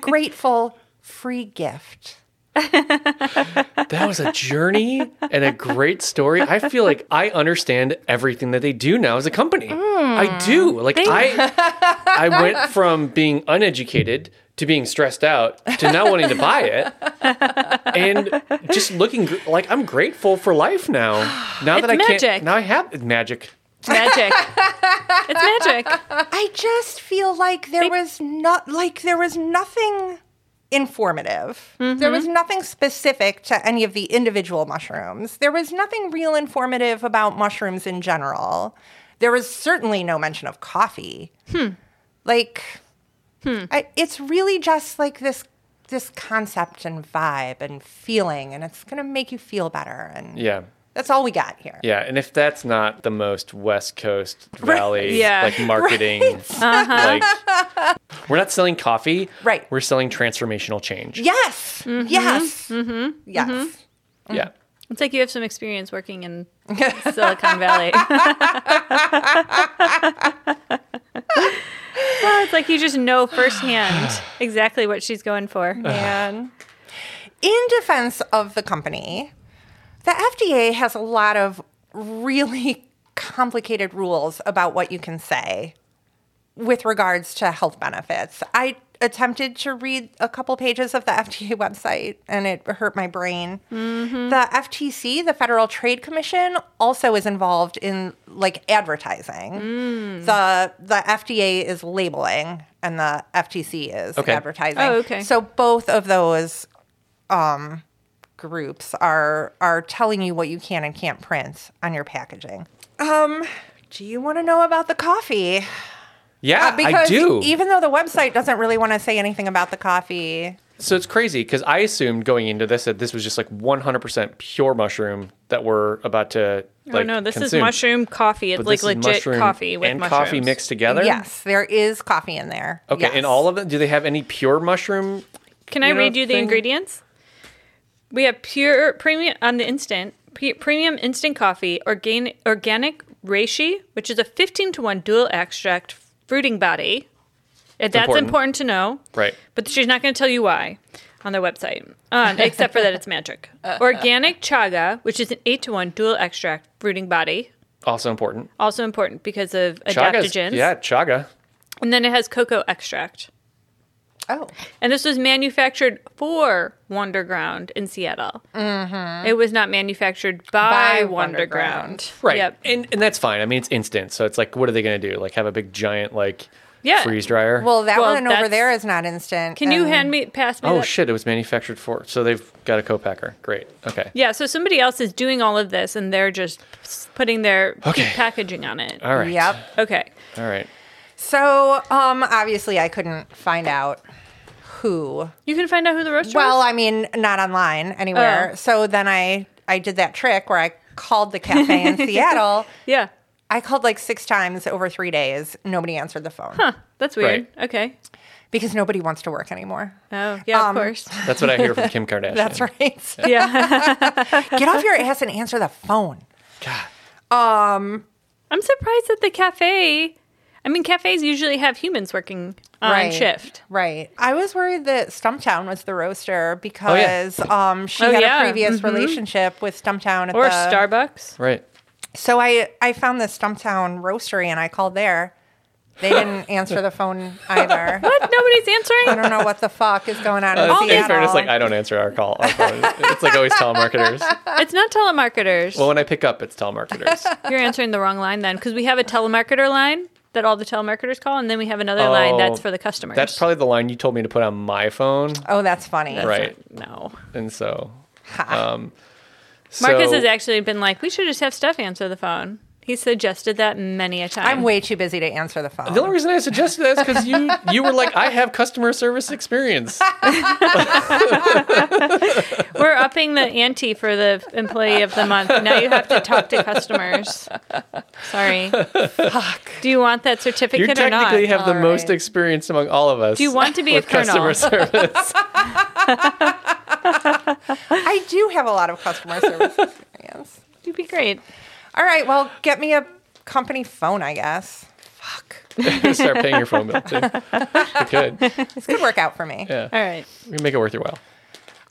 C: grateful, free gift.
A: That was a journey and a great story. I feel like I understand everything that they do now as a company. I
C: Hmm.
A: do. Like I I went from being uneducated to being stressed out to now wanting to buy it and just looking gr- like I'm grateful for life now. Now that I
B: magic.
A: can't now I have magic.
B: It's magic. it's magic.
C: I just feel like there was not like there was nothing informative. There was nothing specific to any of the individual mushrooms. There was nothing real informative about mushrooms in general. There was certainly no mention of coffee. Like I, it's really just like this this concept and vibe and feeling and it's going to make you feel better and
A: Yeah.
C: that's all we got here.
A: Yeah, and if that's not the most West Coast
C: [LAUGHS] Right. Uh-huh.
A: Valley
B: Yeah.
A: like marketing, like we're not selling coffee,
C: Right.
A: We're selling transformational change.
C: Yes. Yes. Yes. Mm-hmm.
A: Yeah.
B: It's like you have some experience working in Silicon Valley. [LAUGHS] well, it's like you just know firsthand exactly what she's going for.
C: [LAUGHS] man. In defense of the company, the FDA has a lot of really [LAUGHS] complicated rules about what you can say with regards to health benefits. I attempted to read a couple pages of the [LAUGHS] FDA website and it hurt my brain. The FTC, the Federal Trade Commission, also is involved in like advertising. The the FDA is labeling and the FTC is
A: Okay.
C: advertising.
B: Oh, okay.
C: So both of those um, groups are are telling you what you can and can't print on your packaging. Uh, Um, do you want to know about the coffee?
A: Yeah,
C: Uh, because
A: I do.
C: even though the website doesn't really want to say anything about the coffee,
A: so it's crazy because I assumed going into this that this was just like 100% pure mushroom that we're about to like
B: oh no, this
A: consume.
B: is mushroom coffee. It's
A: But
B: like
A: this is
B: legit
A: mushroom
B: coffee with
A: and
B: mushrooms.
A: coffee mixed together.
C: yes, there is coffee in there.
A: Okay,
C: yes.
A: and all of it. Do they have any pure mushroom?
B: Can I
A: you know,
B: read you the
A: thing?
B: ingredients? We have pure premium on the instant pe- premium instant coffee, organic organic reishi, which is a fifteen to one dual extract fruiting body. And That's
A: important.
B: important to know.
A: Right.
B: But she's not going to tell you why on their website, um, except for that
A: [LAUGHS]
B: it's magic.
A: Uh,
B: Organic chaga, which is an 8 to 1 dual extract fruiting body,
A: Also important.
B: also important because of
A: Chaga's-
B: adaptogens.
A: Yeah, chaga.
B: And then it has cocoa extract.
C: oh,
B: And this was manufactured for Wonderground in Seattle. Mm-hmm. It was not manufactured by,
C: By
B: Wonderground.
A: Right.
B: Yep.
A: And and that's fine. I mean, it's instant. So it's like, what are they going to do? Like have a big giant like
B: Yeah.
A: freeze dryer?
C: well, that
B: Well,
C: one over
B: that's-
C: there is not instant.
B: Can you
C: and-
B: hand me pass me?
A: oh
B: that?
A: shit! It was manufactured for. So they've got a co-packer. Great. Okay.
B: Yeah. So somebody else is doing all of this, and they're just putting their
A: Okay.
B: packaging on it.
A: All right.
C: Yep.
B: Okay.
A: All right.
C: So, um, obviously, I couldn't find out who
B: You can find out who the roaster
C: Well,
B: was.
C: I mean, not online anywhere.
B: Oh.
C: So then I I did that trick where I called the cafe
B: [LAUGHS]
C: in Seattle.
B: yeah.
C: I called like six times over three days. Nobody answered the phone
B: Huh. That's weird. Okay.
C: because nobody wants to work anymore.
B: Oh, yeah,
C: Um,
B: of course.
A: That's what I hear
C: [LAUGHS]
A: from Kim Kardashian.
C: That's right.
B: [LAUGHS] Yeah.
C: [LAUGHS] Get off your ass and answer the phone.
A: God.
B: I'm surprised that the cafe, I mean, cafes usually have humans working on
C: right.
B: shift.
C: Right. I was worried that Stumptown was the roaster because um, she
B: Oh,
C: had
B: yeah.
C: a previous relationship with Stumptown at
B: Or
C: the
B: Starbucks.
A: Right.
C: So I I found the Stumptown roastery and I called there. They didn't answer the phone
B: [LAUGHS]
C: either.
B: What?
C: [LAUGHS]
B: Nobody's
C: I
B: answering?
C: don't know what the fuck is going on in
A: Uh,
C: Seattle.
A: in fairness, like I don't answer our call. Our phone. it's like always telemarketers.
B: It's not telemarketers.
A: Well, when I pick up, it's
C: [LAUGHS]
A: telemarketers.
B: You're answering the wrong line then, because we have a telemarketer line that all the telemarketers call, and then we have another line
A: Oh,
B: that's for the customers.
A: That's probably the line you told me to put on my phone,
C: oh, that's funny.
B: That's
A: right. Uh,
B: not- No.
A: and so um,
C: Ha.
A: so-
B: Marcus has actually been like, we should just have Steph answer the phone. He suggested that many a time.
C: I'm way too busy to answer the phone.
A: The only reason I suggested that is because you you were like, I have customer service
C: [LAUGHS]
A: experience.
B: We're upping the ante for the employee of the month. Now you have to talk to customers. Sorry. Do you want that
A: You
B: certificate or not?
A: technically have the
C: All
A: most
C: right.
A: experience among all of us. [LAUGHS]
C: [LAUGHS]
B: Do you want to be a
A: with customer
B: colonel?
A: service?
C: I do have a lot of
A: [LAUGHS]
C: customer service experience.
B: You'd be great.
C: All right, well, get me a company phone, I guess. Fuck.
A: Start paying your phone bill too.
C: [LAUGHS]
A: You could.
C: This could work out for me.
A: Yeah.
B: All right.
A: We can make it worth your while.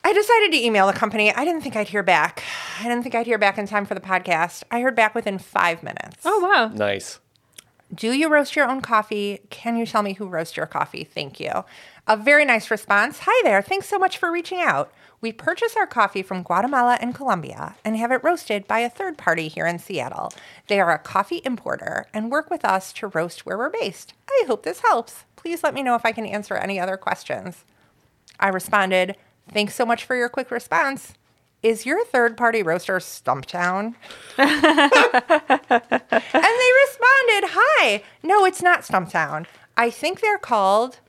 C: I decided to email the company. I didn't think I'd hear back. I didn't think I'd hear back in time for the podcast. I heard back within five minutes.
B: Oh wow.
A: Nice.
C: Do you roast your own coffee? Can you tell me who roasts your coffee? Thank you. A very nice response. Hi there. Thanks so much for reaching out. We purchase our coffee from Guatemala and Colombia and have it roasted by a third party here in Seattle. They are a coffee importer and work with us to roast where we're based. I hope this helps. Please let me know if I can answer any other questions. I responded, Thanks so much for your quick response. Is your third party roaster Stumptown? and they responded, Hi, no, it's not Stumptown. I think they're called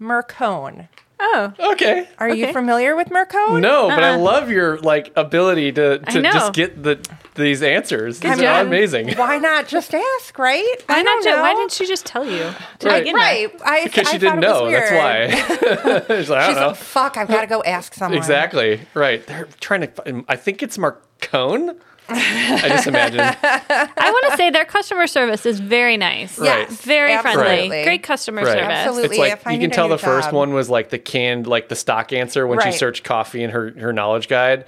C: Mercone.
B: Oh.
A: Okay.
C: Are you
B: Okay.
C: familiar with Mercone?
A: No, but
C: Uh-uh.
A: I love your like ability to, to
B: know.
A: just get the these answers. These are
B: job.
C: [LAUGHS]
A: amazing.
C: Why not just ask, right?
B: Why
C: I
B: not?
C: don't
B: Ju- why
C: know.
B: didn't she just tell you? To
A: Right.
B: begin with?
C: Right. I,
A: Because
C: I
A: she
C: thought
A: didn't
C: it was
A: know. That's
C: weird. [LAUGHS]
A: why. [LAUGHS] She's like, I
C: She's
A: don't know.
C: like, fuck, I've got to go ask someone.
A: Exactly. Right. They're trying to. fi- I think it's Marcone. I just
C: [LAUGHS]
A: imagine.
B: I want [LAUGHS] to say their customer service is very nice.
A: Right.
C: Yes,
B: Very friendly.
C: absolutely.
B: Great customer
A: Right.
B: service.
C: Absolutely.
A: It's like
C: if I
A: you can
C: need a
A: tell
C: new
A: the first
C: job.
A: one was like the canned, like the stock answer when she
C: Right.
A: searched coffee in her her knowledge guide,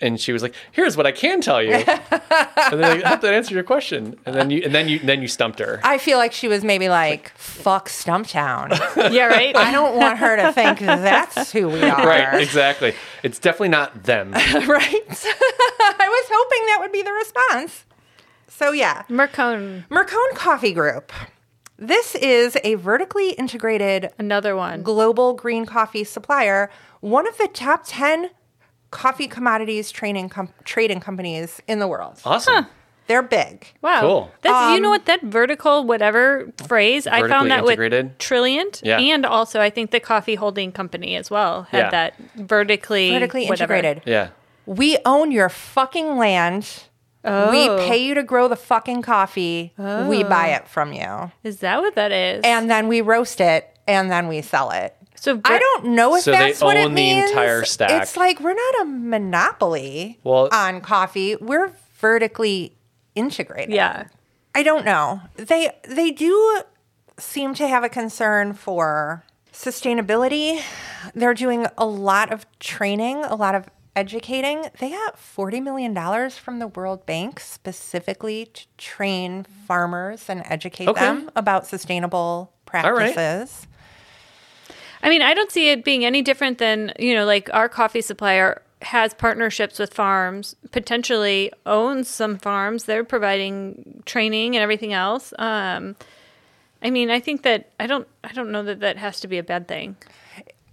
A: and she was like, "Here's what I can tell
C: [LAUGHS]
A: you," and then like, I hope that answered your question. And then you and then you then you stumped her.
C: I feel like she was maybe like, fuck Stumptown.
B: Yeah, right?
C: I don't want her to think that's who
A: [LAUGHS]
C: we are.
A: Right, exactly. It's definitely not them.
C: [LAUGHS] right? [LAUGHS] I was hoping that would be the response. So, yeah.
B: Mercone,
C: Mercone Coffee Group. This is a vertically integrated
B: another one.
C: global green coffee supplier, one of the top 10 coffee commodities training com- trading companies in the world.
A: Awesome.
C: They're big.
B: Wow.
A: Cool.
B: That's
C: Um,
B: you know what that vertical whatever phrase I
A: Vertically
B: found that with
A: integrated?
B: Trilliant
A: Yeah.
B: and also I think the coffee holding company as well had
A: Yeah.
B: that vertically
C: Vertically
B: whatever.
C: integrated.
A: Yeah.
C: We own your fucking land. We
B: Oh.
C: pay you to grow the fucking coffee. We buy it from you.
B: Is that what that is?
C: And then we roast it and then we sell it.
B: so ver-
C: I don't know if
A: So they
C: that's what it
A: own the
C: means.
A: entire stack.
C: It's like we're not a monopoly
A: Well-
C: on coffee. We're vertically integrated.
B: Yeah.
C: I don't know. They they do seem to have a concern for sustainability. They're doing a lot of training, a lot of educating. They got 40 million dollars from the World Bank specifically to train farmers and educate
A: Okay.
C: them about sustainable
A: right.
C: practices.
B: I mean, I don't see it being any different than, you know, like our coffee supplier has partnerships with farms, potentially owns some farms. They're providing training and everything else. Um, I mean, I think that I don't I don't know that that has to be a bad thing.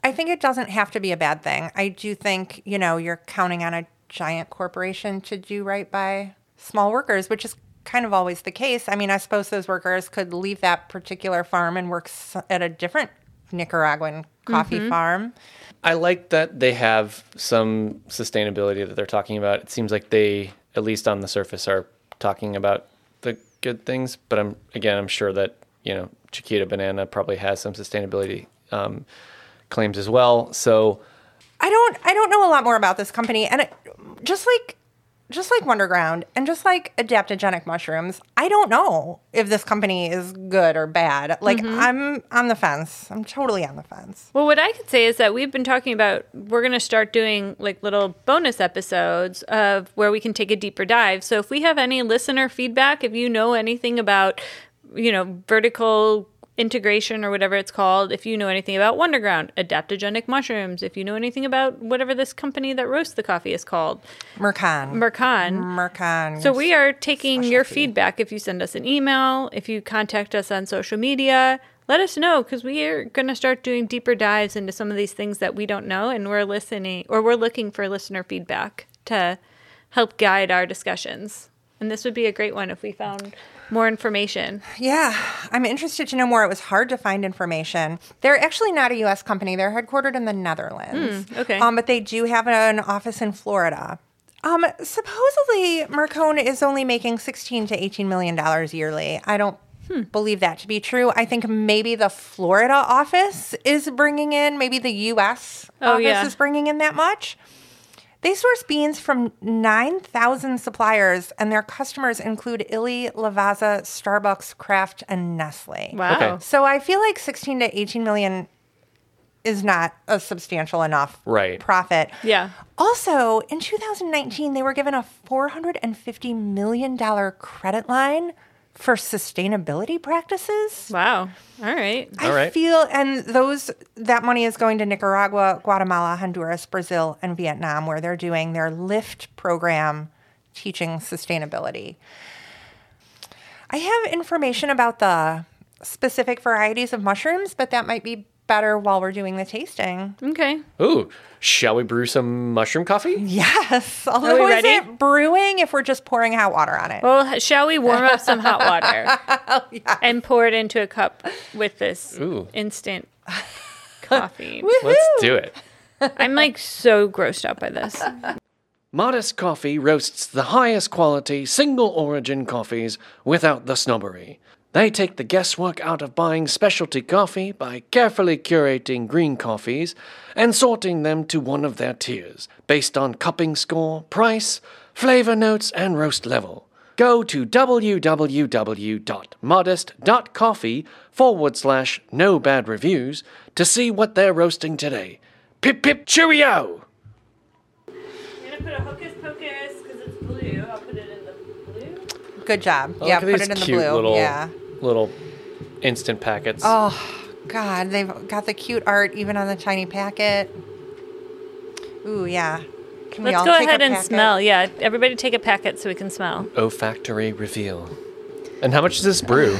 C: I think it doesn't have to be a bad thing. I do think, you know, you're counting on a giant corporation to do right by small workers, which is kind of always the case. I mean, I suppose those workers could leave that particular farm and work s- at a different Nicaraguan coffee farm.
A: I like that they have some sustainability that they're talking about. It seems like they, at least on the surface, are talking about the good things. But I'm again, I'm sure that you know Chiquita Banana probably has some sustainability um, claims as well. So
C: I don't I don't know a lot more about this company and it, just like just like Wonderground and just like adaptogenic mushrooms, I don't know if this company is good or bad. Like I'm on the fence. I'm totally on the fence.
B: Well, what I could say is that we've been talking about we're going to start doing like little bonus episodes of where we can take a deeper dive. So if we have any listener feedback, if you know anything about, you know, vertical integration or whatever it's called, if you know anything about Wonderground, adaptogenic mushrooms, if you know anything about whatever this company that roasts the coffee is called,
C: Mercon.
B: Mercon.
C: Mercon.
B: So we are taking your feedback if you send us an email, if you contact us on social media, let us know because we are going to start doing deeper dives into some of these things that we don't know and we're listening or we're looking for listener feedback to help guide our discussions. And this would be a great one if we found more information.
C: Yeah, I'm interested to know more. It was hard to find information. They're actually not a U.S. company. They're headquartered in the Netherlands.
B: Hmm, okay.
C: Um, but they do have an office in Florida. Um, supposedly, Mercone is only making 16 to 18 million dollars yearly. I don't
B: Hmm.
C: believe that to be true. I think maybe the Florida office is bringing in, maybe the U.S.
B: Oh,
C: office
B: yeah.
C: is bringing in that much. They source beans from 9,000 suppliers, and their customers include Illy, Lavazza, Starbucks, Kraft, and Nestle.
B: Wow.
A: Okay.
C: So I feel like 16 to 18 million is not a substantial enough
A: Right.
C: profit.
B: Yeah.
C: Also, in 2019, they were given a $450 million credit line for sustainability practices.
B: Wow. All right.
A: All
C: I
A: right.
C: feel, and those that money is going to Nicaragua, Guatemala, Honduras, Brazil, and Vietnam, where they're doing their LIFT program, teaching sustainability. I have information about the specific varieties of mushrooms, but that might be better while we're doing the
A: [LAUGHS]
C: tasting.
B: Okay.
A: Ooh, shall we brew some mushroom coffee?
C: Yes, although is
B: ready?
C: it brewing if we're just pouring hot water on it?
A: Oh.
B: Well, h- shall we warm up some hot water [LAUGHS] Oh, and pour it into a cup with this
A: Ooh.
B: [LAUGHS] instant coffee?
A: Let's do it.
B: I'm like so grossed out by this.
A: Modest Coffee roasts the highest quality, single origin coffees without the snobbery. They take the guesswork out of buying specialty coffee by carefully curating green coffees and sorting them to one of their tiers based on cupping score, price, flavor notes, and roast level. Go to www.modest.coffee forward slash no bad reviews to see what they're roasting today. Pip pip cheerio!
B: I'm gonna put a hocus pocus because it's blue. I'll put it in the blue.
C: Good job.
A: I
C: yeah,
A: Oh, look at these
C: put it in the
A: cute
C: blue.
A: Little,
C: Yeah.
A: little instant packets.
C: Oh, God. They've got the cute art even on the tiny packet. Ooh, yeah. Can we
B: Let's
C: all
B: go
C: take a
B: ahead and
C: packet?
B: smell. Yeah, everybody take a packet so we can smell.
A: Olfactory reveal. And how much does this brew?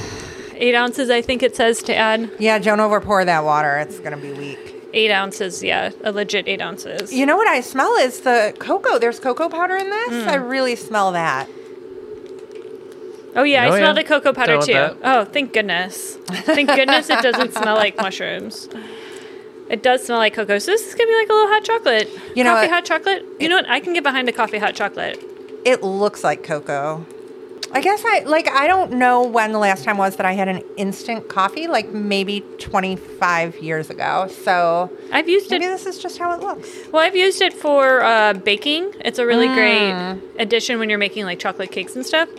B: Eight ounces, I think it says to add.
C: Yeah, don't overpour that water. It's going to be weak.
B: Eight ounces, yeah, a legit eight ounces.
C: You know what I smell is the cocoa. There's cocoa powder in this.
B: Hmm.
C: I really smell that.
B: Oh yeah,
A: Oh,
B: I
A: yeah.
B: smelled a cocoa powder
A: Down with
B: too.
A: that.
B: Oh, thank goodness. Thank goodness it doesn't smell like mushrooms. It does smell like cocoa. So this is gonna be like a little hot chocolate.
C: You know
B: coffee
C: what?
B: hot chocolate. You know what? I can get behind a coffee hot chocolate.
C: It looks like cocoa. I guess I like I don't know when the last time was that I had an instant coffee, like maybe 25 years ago. So
B: I've used
C: maybe
B: it.
C: this is just how it looks.
B: Well, I've used it for uh, baking. It's a really great addition when you're making like chocolate cakes and stuff.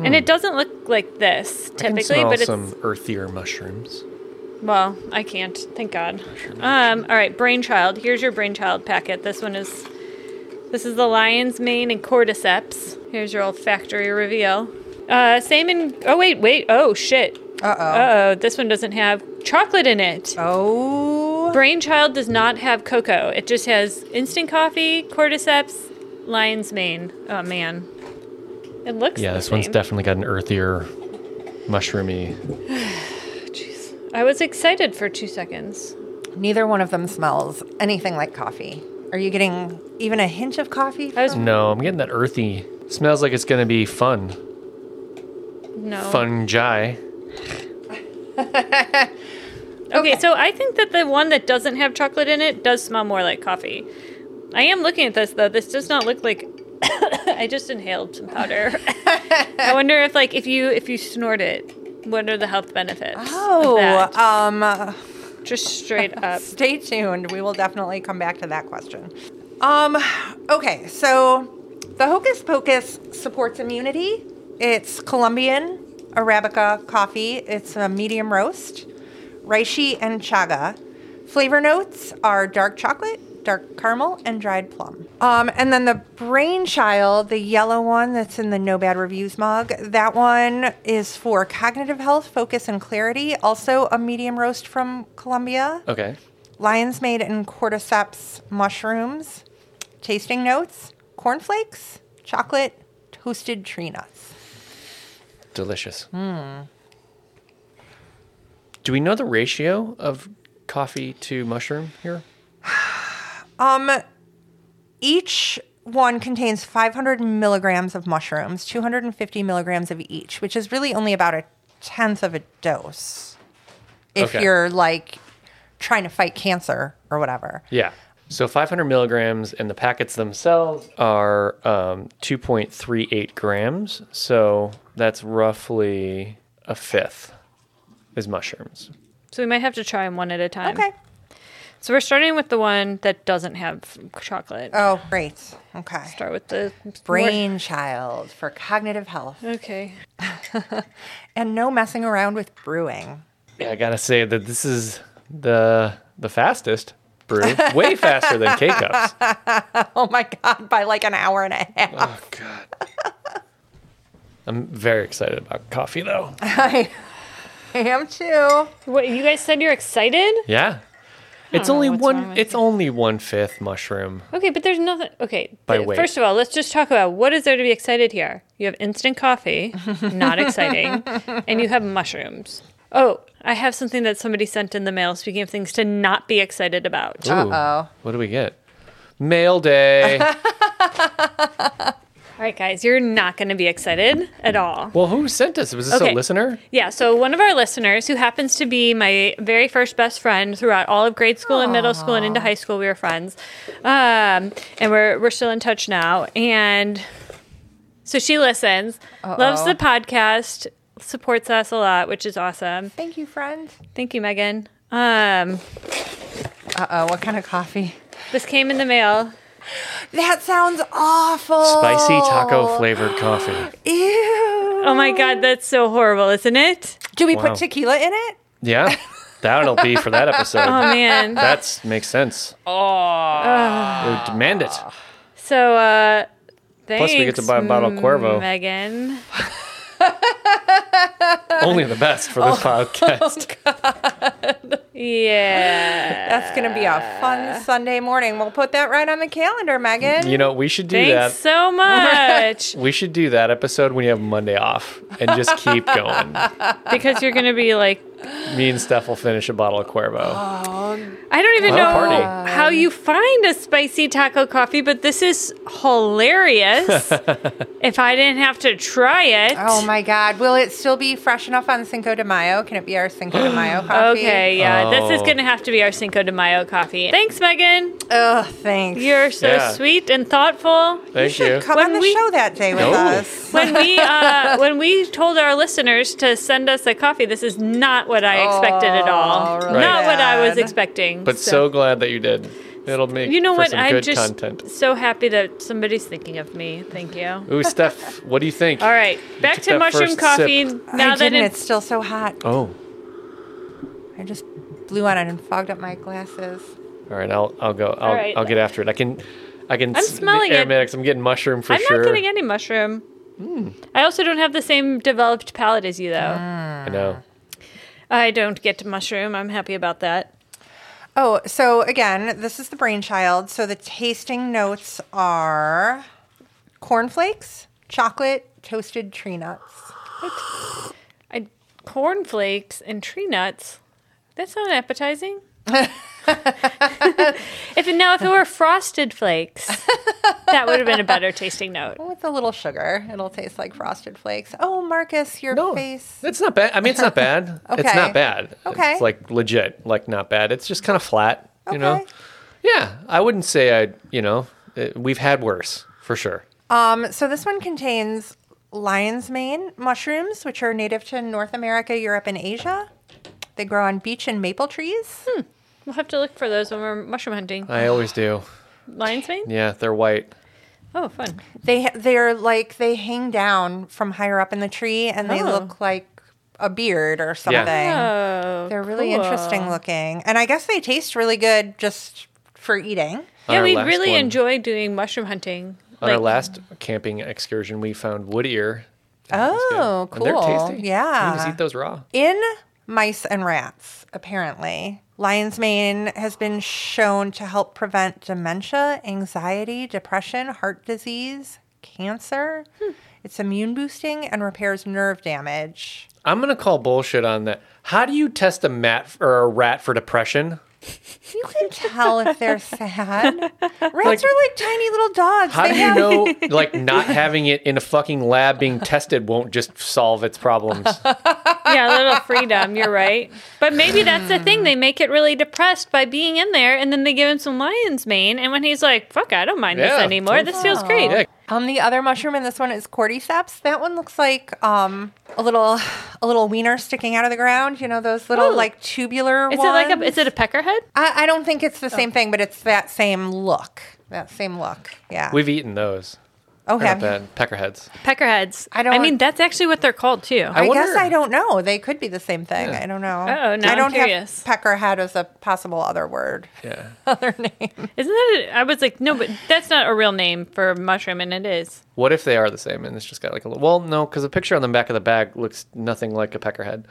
B: And it doesn't look like this typically, but it's
A: some earthier mushrooms.
B: well, I can't. Thank God. Um, all right, brainchild. Here's your brainchild packet. This one is this is the lion's mane and cordyceps. Here's your olfactory reveal. Uh, same in. Oh wait, wait. Oh shit.
C: Uh-oh.
B: Uh oh. This one doesn't have chocolate in it.
C: oh.
B: Brainchild does not have cocoa. It just has instant coffee, cordyceps, lion's mane. Oh man, it looks.
A: Yeah,
B: the
A: this one's
B: same.
A: definitely got an earthier, mushroomy.
B: Jeez. I was excited for two seconds.
C: Neither one of them smells anything like coffee. Are you getting even a hint of coffee?
B: I was
A: No, I'm getting that earthy. Smells like it's gonna be fun.
C: Oh.
B: no.
A: Fungi.
B: Okay, so I think that the one that doesn't have chocolate in it does smell more like coffee. I am looking at this though. This does not look like. [COUGHS] I just inhaled some
C: [LAUGHS]
B: powder. I wonder if, like, if you if you snort it, what are the health benefits? of
C: Oh,
B: that?
C: um, uh,
B: just straight up.
C: stay tuned. We will definitely come back to that question. Um, okay, so the Hocus Pocus supports immunity. It's Colombian Arabica coffee. It's a medium roast, reishi and chaga. Flavor notes are dark chocolate, dark caramel, and dried plum. Um, and then the brainchild, the yellow one that's in the No Bad Reviews mug, that one is for cognitive health, focus, and clarity. Also a medium roast from Colombia
A: Okay.
C: lion's mane and cordyceps mushrooms, tasting notes, cornflakes, chocolate, toasted tree nuts.
A: Delicious.
C: Hmm.
A: Do we know the ratio of coffee to mushroom here?
C: Um, each one contains 500 milligrams of mushrooms, 250 milligrams of each, which is really only about a tenth of a dose if
A: Okay.
C: you're like trying to fight cancer or whatever.
A: Yeah. So 500 milligrams, and the packets themselves are um, 2.38 grams. So that's roughly a fifth is mushrooms.
B: So we might have to try them one at a time.
C: Okay.
B: So we're starting with the one that doesn't have chocolate.
C: Oh, great. Okay.
B: Start with the
C: Brainchild for cognitive health
B: Okay.
C: and no messing around with brewing.
A: Yeah, I gotta say that this is the the fastest [LAUGHS] brew, way faster than K cups.
C: [LAUGHS] Oh my God, by like an hour and a half.
A: Oh [LAUGHS] god. I'm very excited about coffee [LAUGHS] though.
C: [LAUGHS] I am too.
B: What you guys said you're excited?
A: Yeah. It's
B: know
A: only
B: what's wrong
A: one
B: with
A: it's only one fifth mushroom.
B: Okay, but there's nothing. Okay,
A: By
B: th-
A: weight.
B: first of all, let's just talk about what is there to be excited here. You have instant coffee, not exciting, and you have mushrooms. Oh, I have something that somebody sent in the mail. Speaking of things to not be excited about,
A: Ooh,
C: Uh-oh.
A: What do we get? Mail [LAUGHS] day.
B: all right, guys, you're not going to be excited at all.
A: well, who sent us? Was this
B: Okay.
A: a listener?
B: Yeah, so one of our listeners, who happens to be my very first best friend throughout all of grade school and middle school and into high school, we were friends, um, and we're we're still in touch now. And so she listens, loves the podcast, supports us a lot, which is awesome.
C: Thank you, friend.
B: Thank you, Megan. Um,
C: Uh oh, what kind of coffee?
B: this came in the mail.
C: That sounds awful.
A: Spicy taco flavored coffee.
C: Ew.
B: Oh my god, that's so horrible, isn't it?
C: Do we
A: Wow.
C: put tequila in it?
A: Yeah.
B: [LAUGHS]
A: That'll be for that episode.
B: Oh
A: [LAUGHS]
B: man.
A: That makes sense. Oh. demand it.
B: So uh, thanks,
A: Plus we get to buy a bottle of Cuervo.
B: Megan.
A: Only the best for
B: [LAUGHS] Oh,
A: this podcast.
C: [LAUGHS]
B: Yeah.
C: That's going to be a fun Sunday morning. We'll put that right on the calendar, Megan.
A: You know, we should do that.
B: Thanks so much.
A: We should do that episode when you have Monday off and just
B: [LAUGHS]
A: keep going.
B: because you're gonna be like,
A: Me and Steph will finish a bottle of Cuervo.
B: [GASPS] I don't even
A: What a
B: know
A: party.
B: how you find a spicy taco coffee, but this is
A: [LAUGHS]
B: hilarious. if I didn't have to try it,
C: Oh my God. Will it still be fresh enough on Cinco de Mayo? Can it be our Cinco de [GASPS] Mayo coffee?
B: Okay, yeah, this is
A: Oh.
B: gonna have to be our Cinco de Mayo coffee. Thanks, Megan.
C: Oh, thanks.
B: You're so
A: Yeah.
B: sweet and thoughtful.
A: Thank you.
C: Come
B: When
C: on the
B: we-
C: show that day with
A: No.
C: us.
A: [LAUGHS]
B: When we uh, when we told our listeners to send us a coffee, this is not what I expected at all.
C: Oh, really
B: Not what I was
C: bad.
B: expecting.
A: But so glad that you did. It'll make
B: you know
A: for
B: what?
A: some
B: I'm
A: good
B: just
A: content.
B: so happy that somebody's thinking of me. Thank you.
A: Ooh, Steph, what do you think?
B: [LAUGHS] All right, back
A: took
B: to
A: that
B: mushroom
A: first
B: coffee. Now
C: I
B: that
C: didn't. It's
B: it's
C: still so hot.
A: Oh,
C: I just blew on it and fogged up my glasses.
A: all right. I'll I'll go. I'll,
B: right.
A: I'll get after it. I can. I can.
B: I'm smelling it.
A: aromatics. I'm getting mushroom for
B: I'm
A: sure. Hmm.
B: not getting any mushroom. I also don't have the same developed palate as you, though.
A: I know.
B: I don't get mushroom. I'm happy about that.
C: Oh, so again, this is the brainchild. So the tasting notes are cornflakes, chocolate, toasted tree nuts.
B: I cornflakes and tree nuts. That's not appetizing. if it, now if it were frosted flakes, that would have been a better tasting note.
C: With a little sugar, it'll taste like frosted flakes. Oh, Marcus, your
A: No,
C: face.
A: it's not bad. I mean, it's not
C: [LAUGHS]
A: bad. It's
C: Okay.
A: not bad.
C: Okay.
A: It's like legit, like not bad. It's just kind of flat, you know.
C: Okay.
A: Yeah, I wouldn't say I. You know, uh we've had worse for sure.
C: Um, so this one contains lion's mane mushrooms, which are native to North America, Europe, and Asia. They grow on beech and maple trees.
B: We'll have to look for those when we're mushroom hunting.
C: [SIGHS]
A: I always do.
B: Lion's mane.
A: Yeah, they're white.
B: Oh, fun.
C: They ha- they're like they hang down from higher up in the tree, and they
B: Oh.
C: look like a beard or something.
B: Oh,
C: They're really
B: cool.
C: interesting looking. And I guess they taste really good just for eating.
A: On
B: Yeah,
A: our
B: we
A: last
B: really
A: one-
B: enjoy doing mushroom hunting.
A: On our last camping excursion, we found wood ear.
C: Oh,
A: And they're
C: cool.
A: tasty. You can just
C: Yeah.
A: eat those raw.
C: In mice and rats, apparently, lion's mane has been shown to help prevent dementia, anxiety, depression, heart disease, cancer. It's immune boosting and repairs nerve damage.
A: I'm gonna call bullshit on that. How do you test a mat or a rat for depression?
B: [LAUGHS]
C: You can tell if they're sad. Rats are like tiny little dogs.
A: How
C: They
A: do you
C: have [LAUGHS]
A: know like not having it in a fucking lab being tested won't just solve its
C: [LAUGHS]
A: problems?
C: Oh.
B: yeah, a little freedom. You're right. But maybe that's the thing. They make it really depressed by being in there, and then they give him some lion's mane. And when he's like, fuck, I don't mind
A: Yeah.
B: this anymore. This feels great.
A: Yeah,
C: Um, the other mushroom in this one is cordyceps. That one looks like um, a little a little wiener sticking out of the ground. You know those little
B: Ooh.
C: like tubular.
B: Oh. Is it like a?
C: ones?
B: Is it a Oh. peckerhead?
C: I, I don't think it's the same thing, but it's that same look. That same look. Yeah.
A: We've eaten those.
C: oh,
A: They're
C: have
A: not
C: you?
A: bad. Peckerheads.
B: Peckerheads.
C: I don't-
B: I mean, that's actually what they're called too.
A: I
C: I, guess
A: wonder-
C: I don't know. They could be the same thing. I don't know.
B: Oh, now
C: I
B: I'm
C: don't
B: curious.
C: have peckerhead as a possible other word,
A: Yeah.
C: other [LAUGHS] name.
B: Isn't that? A, I was like, no, but that's not a real name for a mushroom, and it is.
A: [LAUGHS] What if they are the same and it's just got like a little? Well, no, because the picture on the back of the bag looks nothing like a peckerhead,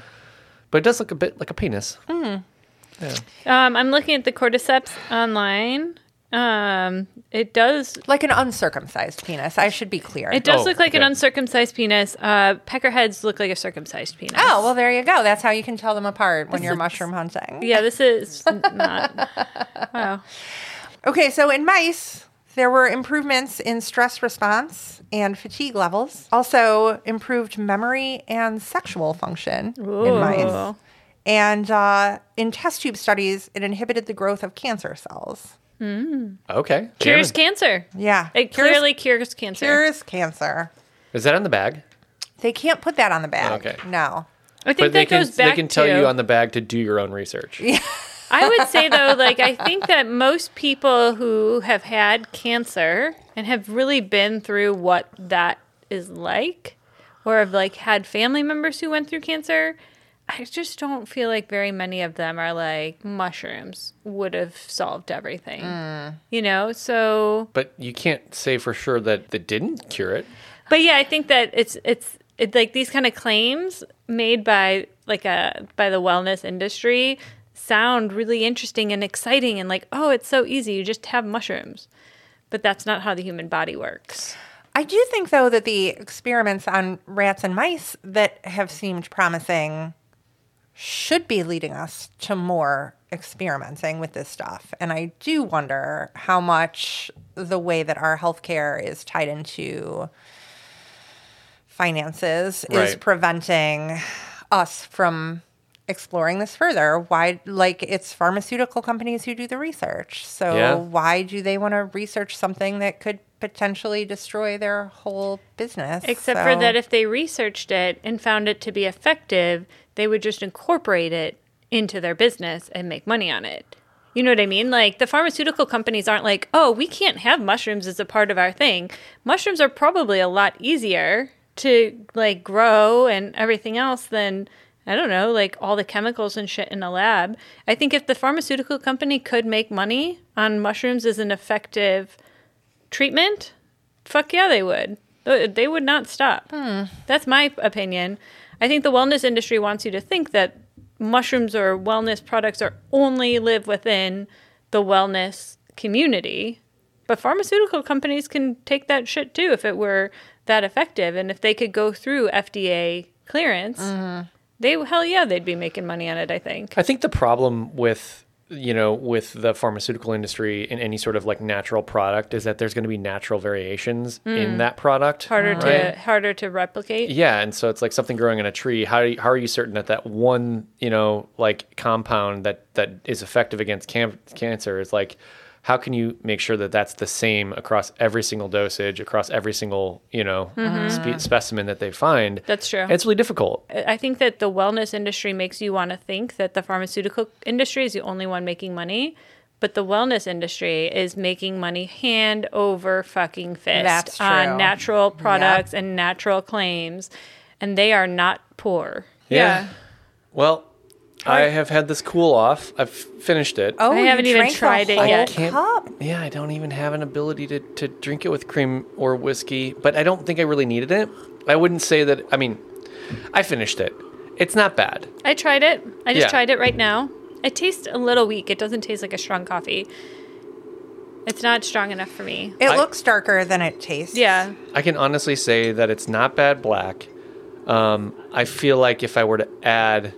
A: but it does look a bit like a penis.
C: Mm.
B: Um, I'm looking at the cordyceps online. Um, it does.
C: Like an uncircumcised penis. I should be clear.
B: It does
A: Oh,
B: look like an
A: okay.
B: uncircumcised penis. Uh, peckerheads look like a circumcised penis.
C: oh, well, there you go. That's how you can tell them apart when you're
B: is-
C: mushroom hunting.
B: yeah. This is not. Wow.
C: [LAUGHS] Okay, so in mice, there were improvements in stress response and fatigue levels, also improved memory and sexual function in mice.
B: Ooh.
C: And uh, in test tube studies, it inhibited the growth of cancer cells.
A: Okay. Jamming.
B: Cures cancer.
C: Yeah.
B: It
C: Cures-
B: clearly cures cancer.
C: cures cancer.
A: Is that on the bag?
C: They can't put that on the bag.
A: Okay.
C: No.
B: I think
A: they
B: that
A: can
B: goes back
A: they can tell
B: to,
A: you on the bag to do your own research.
B: I would
A: [LAUGHS]
B: say though, like I think that most people who have had cancer and have really been through what that is like, or have like had family members who went through cancer, I just don't feel like very many of them are like mushrooms would have solved everything.
C: Mm.
B: You know, so
A: But you can't say for sure that they didn't cure it.
B: but yeah, I think that it's it's it, like these kind of claims made by like a by the wellness industry sound really interesting and exciting and like oh it's so easy you just have mushrooms, but that's not how the human body works.
C: I do think, though, that the experiments on rats and mice that have seemed promising should be leading us to more experimenting with this stuff. And I do wonder how much the way that our healthcare is tied into finances is
A: Right.
C: preventing us from exploring this further why like it's pharmaceutical companies who do the research so
A: Yeah.
C: why do they want to research something that could potentially destroy their whole business
B: Except
C: So-
B: for that, if they researched it and found it to be effective, they would just incorporate it into their business and make money on it. You know what I mean? Like the pharmaceutical companies aren't like, oh, we can't have mushrooms as a part of our thing. Mushrooms are probably a lot easier to like grow and everything else than I don't know, like all the chemicals and shit in a lab. I think if the pharmaceutical company could make money on mushrooms as an effective treatment, fuck yeah, they would. Th- They would not stop. That's my opinion. I think the wellness industry wants you to think that mushrooms or wellness products are only live within the wellness community. But pharmaceutical companies can take that shit too if it were that effective. And if they could go through FDA clearance, they hell yeah, they'd be making money on it, I think.
A: I think the problem with you know with the pharmaceutical industry and any sort of like natural product is that there's going to be natural variations in that product.
B: Mm. Harder
A: right?
B: to harder to replicate.
A: Yeah, and so it's like something growing in a tree. How do you, how are you certain that that one you know like compound that that is effective against cam- cancer is like how can you make sure that that's the same across every single dosage across every single you know spe- specimen that they find?
B: Mm-hmm. That's true.
A: It's really difficult.
B: I think that the wellness industry makes you want to think that the pharmaceutical industry is the only one making money, but the wellness industry is making money hand over fucking fist
C: That's true.
B: on natural products and natural claims, and they are not poor.
A: Well, I have had this cool off. I've finished it.
C: oh
B: I
C: you
B: haven't even
C: drank the
B: tried it
C: whole
B: yet.
A: Can't-
C: cup.
A: Yeah, I don't even have an ability to, to drink it with cream or whiskey, but I don't think I really needed it. I wouldn't say that. I mean, I finished it. It's not bad.
B: I tried it. I just
A: Yeah.
B: tried it right now. It tastes a little weak. It doesn't taste like a strong coffee. It's not strong enough for me.
C: It
A: I-
C: looks darker than it tastes.
B: Yeah.
A: I can honestly say that it's not bad black. Um, I feel like if I were to add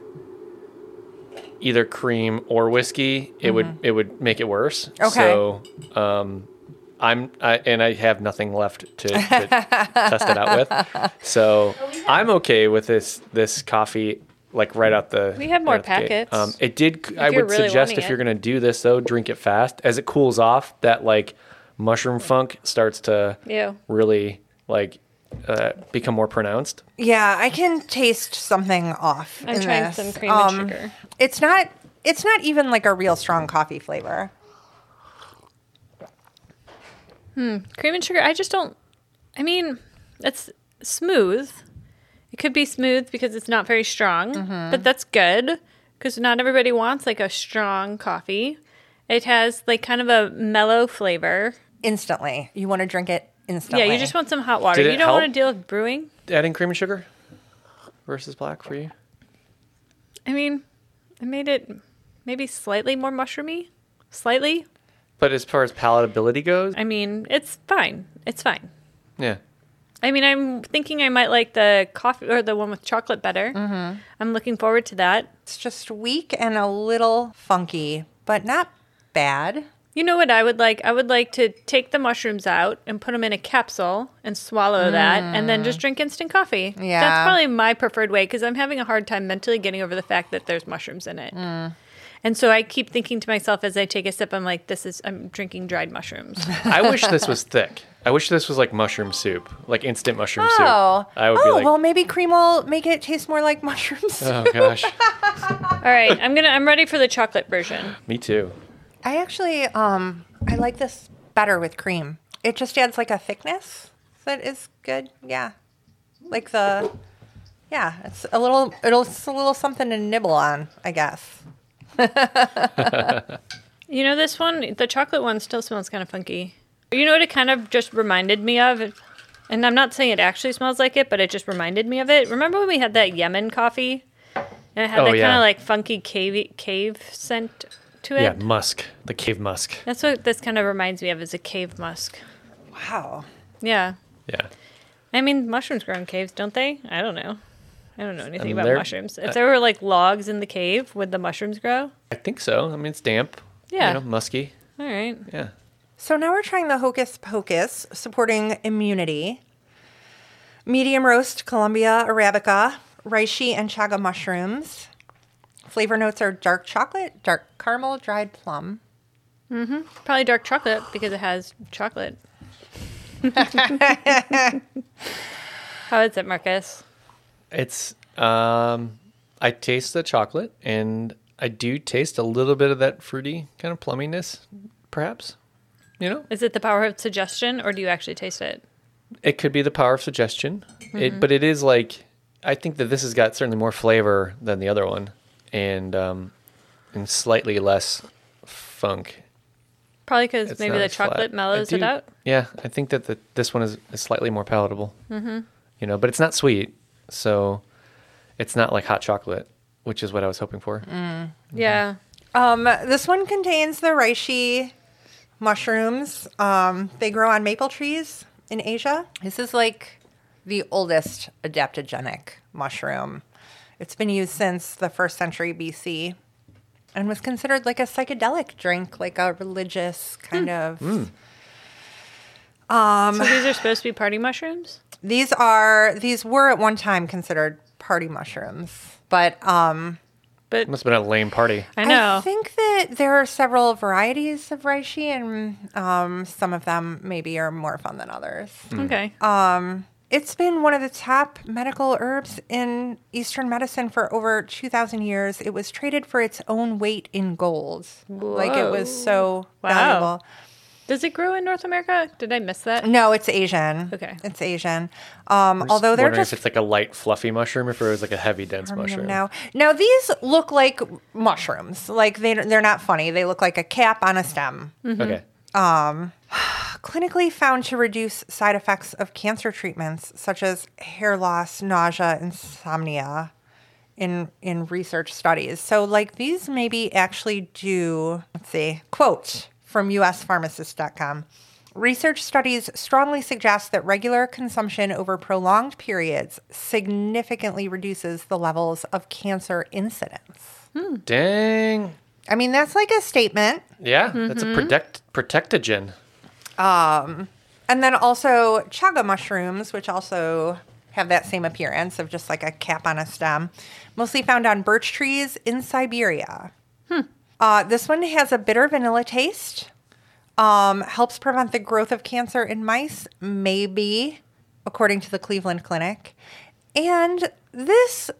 A: either cream or whiskey,
B: Mm-hmm.
A: it would it would make it worse.
C: Okay.
A: So um, I'm I, and I have nothing left to,
B: [LAUGHS]
A: to test it out with. So I'm okay with this this coffee like right out the.
B: We have more
A: right out the gate.
B: packets.
A: Um, it did. I
B: you're
A: would
B: really
A: suggest
B: wanting
A: if you're
B: it.
A: gonna do this though, drink it fast as it cools off. That like mushroom funk starts to
B: Ew.
A: really like uh, become more pronounced.
C: Yeah, I can taste something off.
B: I'm
C: in
B: trying
C: this. Um,
B: some cream and sugar.
C: It's not. It's not even like a real strong coffee flavor.
B: Cream and sugar, I just don't. I mean, it's smooth. It could be smooth because it's not very strong,
A: Mm-hmm.
B: but that's good because not everybody wants like a strong coffee. It has like kind of a mellow flavor.
C: Instantly, you want to drink it instantly.
B: Yeah, you just want some hot water.
A: Did it
B: You don't want to
A: help?
B: deal with brewing.
A: Adding cream and sugar versus black for you.
B: I mean, I made it maybe slightly more mushroomy. Slightly.
A: But as far as palatability goes,
B: I mean, it's fine. It's fine.
A: yeah.
B: I mean, I'm thinking I might like the coffee or the one with chocolate better. Mm-hmm. I'm looking forward to that.
C: It's just weak and a little funky, but not bad.
B: You know what I would like? I would like to take the mushrooms out and put them in a capsule and swallow that and then just drink instant coffee.
C: Yeah.
B: That's probably my preferred way because I'm having a hard time mentally getting over the fact that there's mushrooms in it. And so I keep thinking to myself as I take a sip, I'm like, this is, I'm drinking dried mushrooms. [LAUGHS]
A: I wish this was thick. I wish this was like mushroom soup, like instant mushroom
C: Oh,
A: soup. I would
C: oh
A: be like,
C: well, maybe cream will make it taste more like [LAUGHS] mushrooms.
A: [LAUGHS] oh gosh,
B: All right. I'm going to, I'm ready for the chocolate version.
A: me
C: [LAUGHS]
A: too.
C: I actually, um, I like this better with cream. It just adds like a thickness that is good. Yeah, like the, yeah, it's a little, it'll it's a little something to nibble on, I guess.
B: You know, this one, the chocolate one still smells kind of funky. You know what it kind of just reminded me of? And I'm not saying it actually smells like it, but it just reminded me of it. Remember when we had that Yemen coffee? And it had
A: Oh,
B: that kind
A: yeah.
B: of like funky cave, cave scent to it?
A: Yeah, musk, the cave musk.
B: That's what this kind of reminds me of is a cave musk.
C: Wow.
B: Yeah.
A: Yeah,
B: I mean, mushrooms grow in caves, don't they? I don't know. I don't know anything
A: Um,
B: about
A: they're-
B: mushrooms. If there were like logs in the cave, would the mushrooms grow?
A: I think so. I mean, it's damp.
B: Yeah.
A: you know, musky.
B: All right.
A: Yeah,
C: So now we're trying the Hocus Pocus, supporting immunity. Medium roast Columbia Arabica, reishi and chaga mushrooms. Flavor notes are dark chocolate, dark caramel, dried plum.
B: Probably dark chocolate because it has
C: [LAUGHS]
B: chocolate. How is it, Marcus?
A: it's. Um, I taste the chocolate, and I do taste a little bit of that fruity kind of plumminess, perhaps. You know,
B: Is it the power of suggestion or do you actually taste it?
A: it could be the power of suggestion.
B: Mm-hmm.
A: It, but it is like I think that this has got certainly more flavor than the other one, and um, and slightly less funk.
B: Probably because
A: It's
B: maybe
A: not
B: the
A: as flat.
B: chocolate
A: I
B: mellows it
A: do-
B: out.
A: Yeah, I think that the, this one is, is slightly more palatable. Mm-hmm. You know, but it's not sweet, so it's not like hot chocolate, which is what I was hoping for. Mm-hmm.
B: Yeah.
C: Um, this one contains the reishi mushrooms. Um, they grow on maple trees in Asia. This is like the oldest adaptogenic mushroom. It's been used since the first century BC and was considered like a psychedelic drink, like a religious kind of. Um,
B: So these are supposed to be party mushrooms?
C: These are these were at one time considered party mushrooms, but um,
B: But
A: Must have been a lame party.
B: I know.
C: think that there are several varieties of reishi, and um, some of them maybe are more fun than others.
B: okay.
C: um, It's been one of the top medical herbs in Eastern medicine for over 2,000 years. It was traded for its own weight in gold. Like it was so
B: Wow.
C: valuable.
B: Does it grow in North America? Did I miss that?
C: No, it's Asian.
B: Okay.
C: It's Asian. Um,
A: Just
C: although they're
A: wondering
C: just
A: if it's like a light fluffy mushroom, if it was like a heavy dense
C: Premium
A: mushroom.
C: Now, now these look like mushrooms. Like they they're not funny. They look like a cap on a stem.
A: Okay,
C: clinically found to reduce side effects of cancer treatments such as hair loss, nausea, insomnia in in research studies. So like these maybe actually do let's see. Quote from uspharmacist.com. Research studies strongly suggest that regular consumption over prolonged periods significantly reduces the levels of cancer incidence.
A: dang.
C: I mean, that's like a statement.
A: Yeah, that's
C: Mm-hmm.
A: a protect protectogen.
C: And then also chaga mushrooms, which also have that same appearance of just like a cap on a stem, mostly found on birch trees in Siberia. Uh, this one has a bitter vanilla taste, Um, helps prevent the growth of cancer in mice, maybe, according to the Cleveland Clinic. And this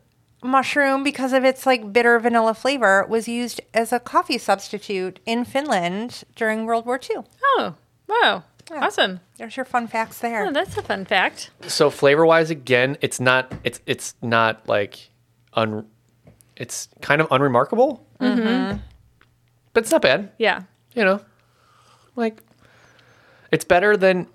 C: mushroom, because of its like bitter vanilla flavor, was used as a coffee substitute in Finland during World War II.
B: Oh, wow.
C: Yeah.
B: Awesome.
C: There's your fun facts there.
B: Oh, that's a fun fact.
A: So flavor wise, again, it's not it's it's not like un, it's kind of unremarkable. Mm-hmm. But it's not bad,
B: Yeah.
A: you know. Like, it's better than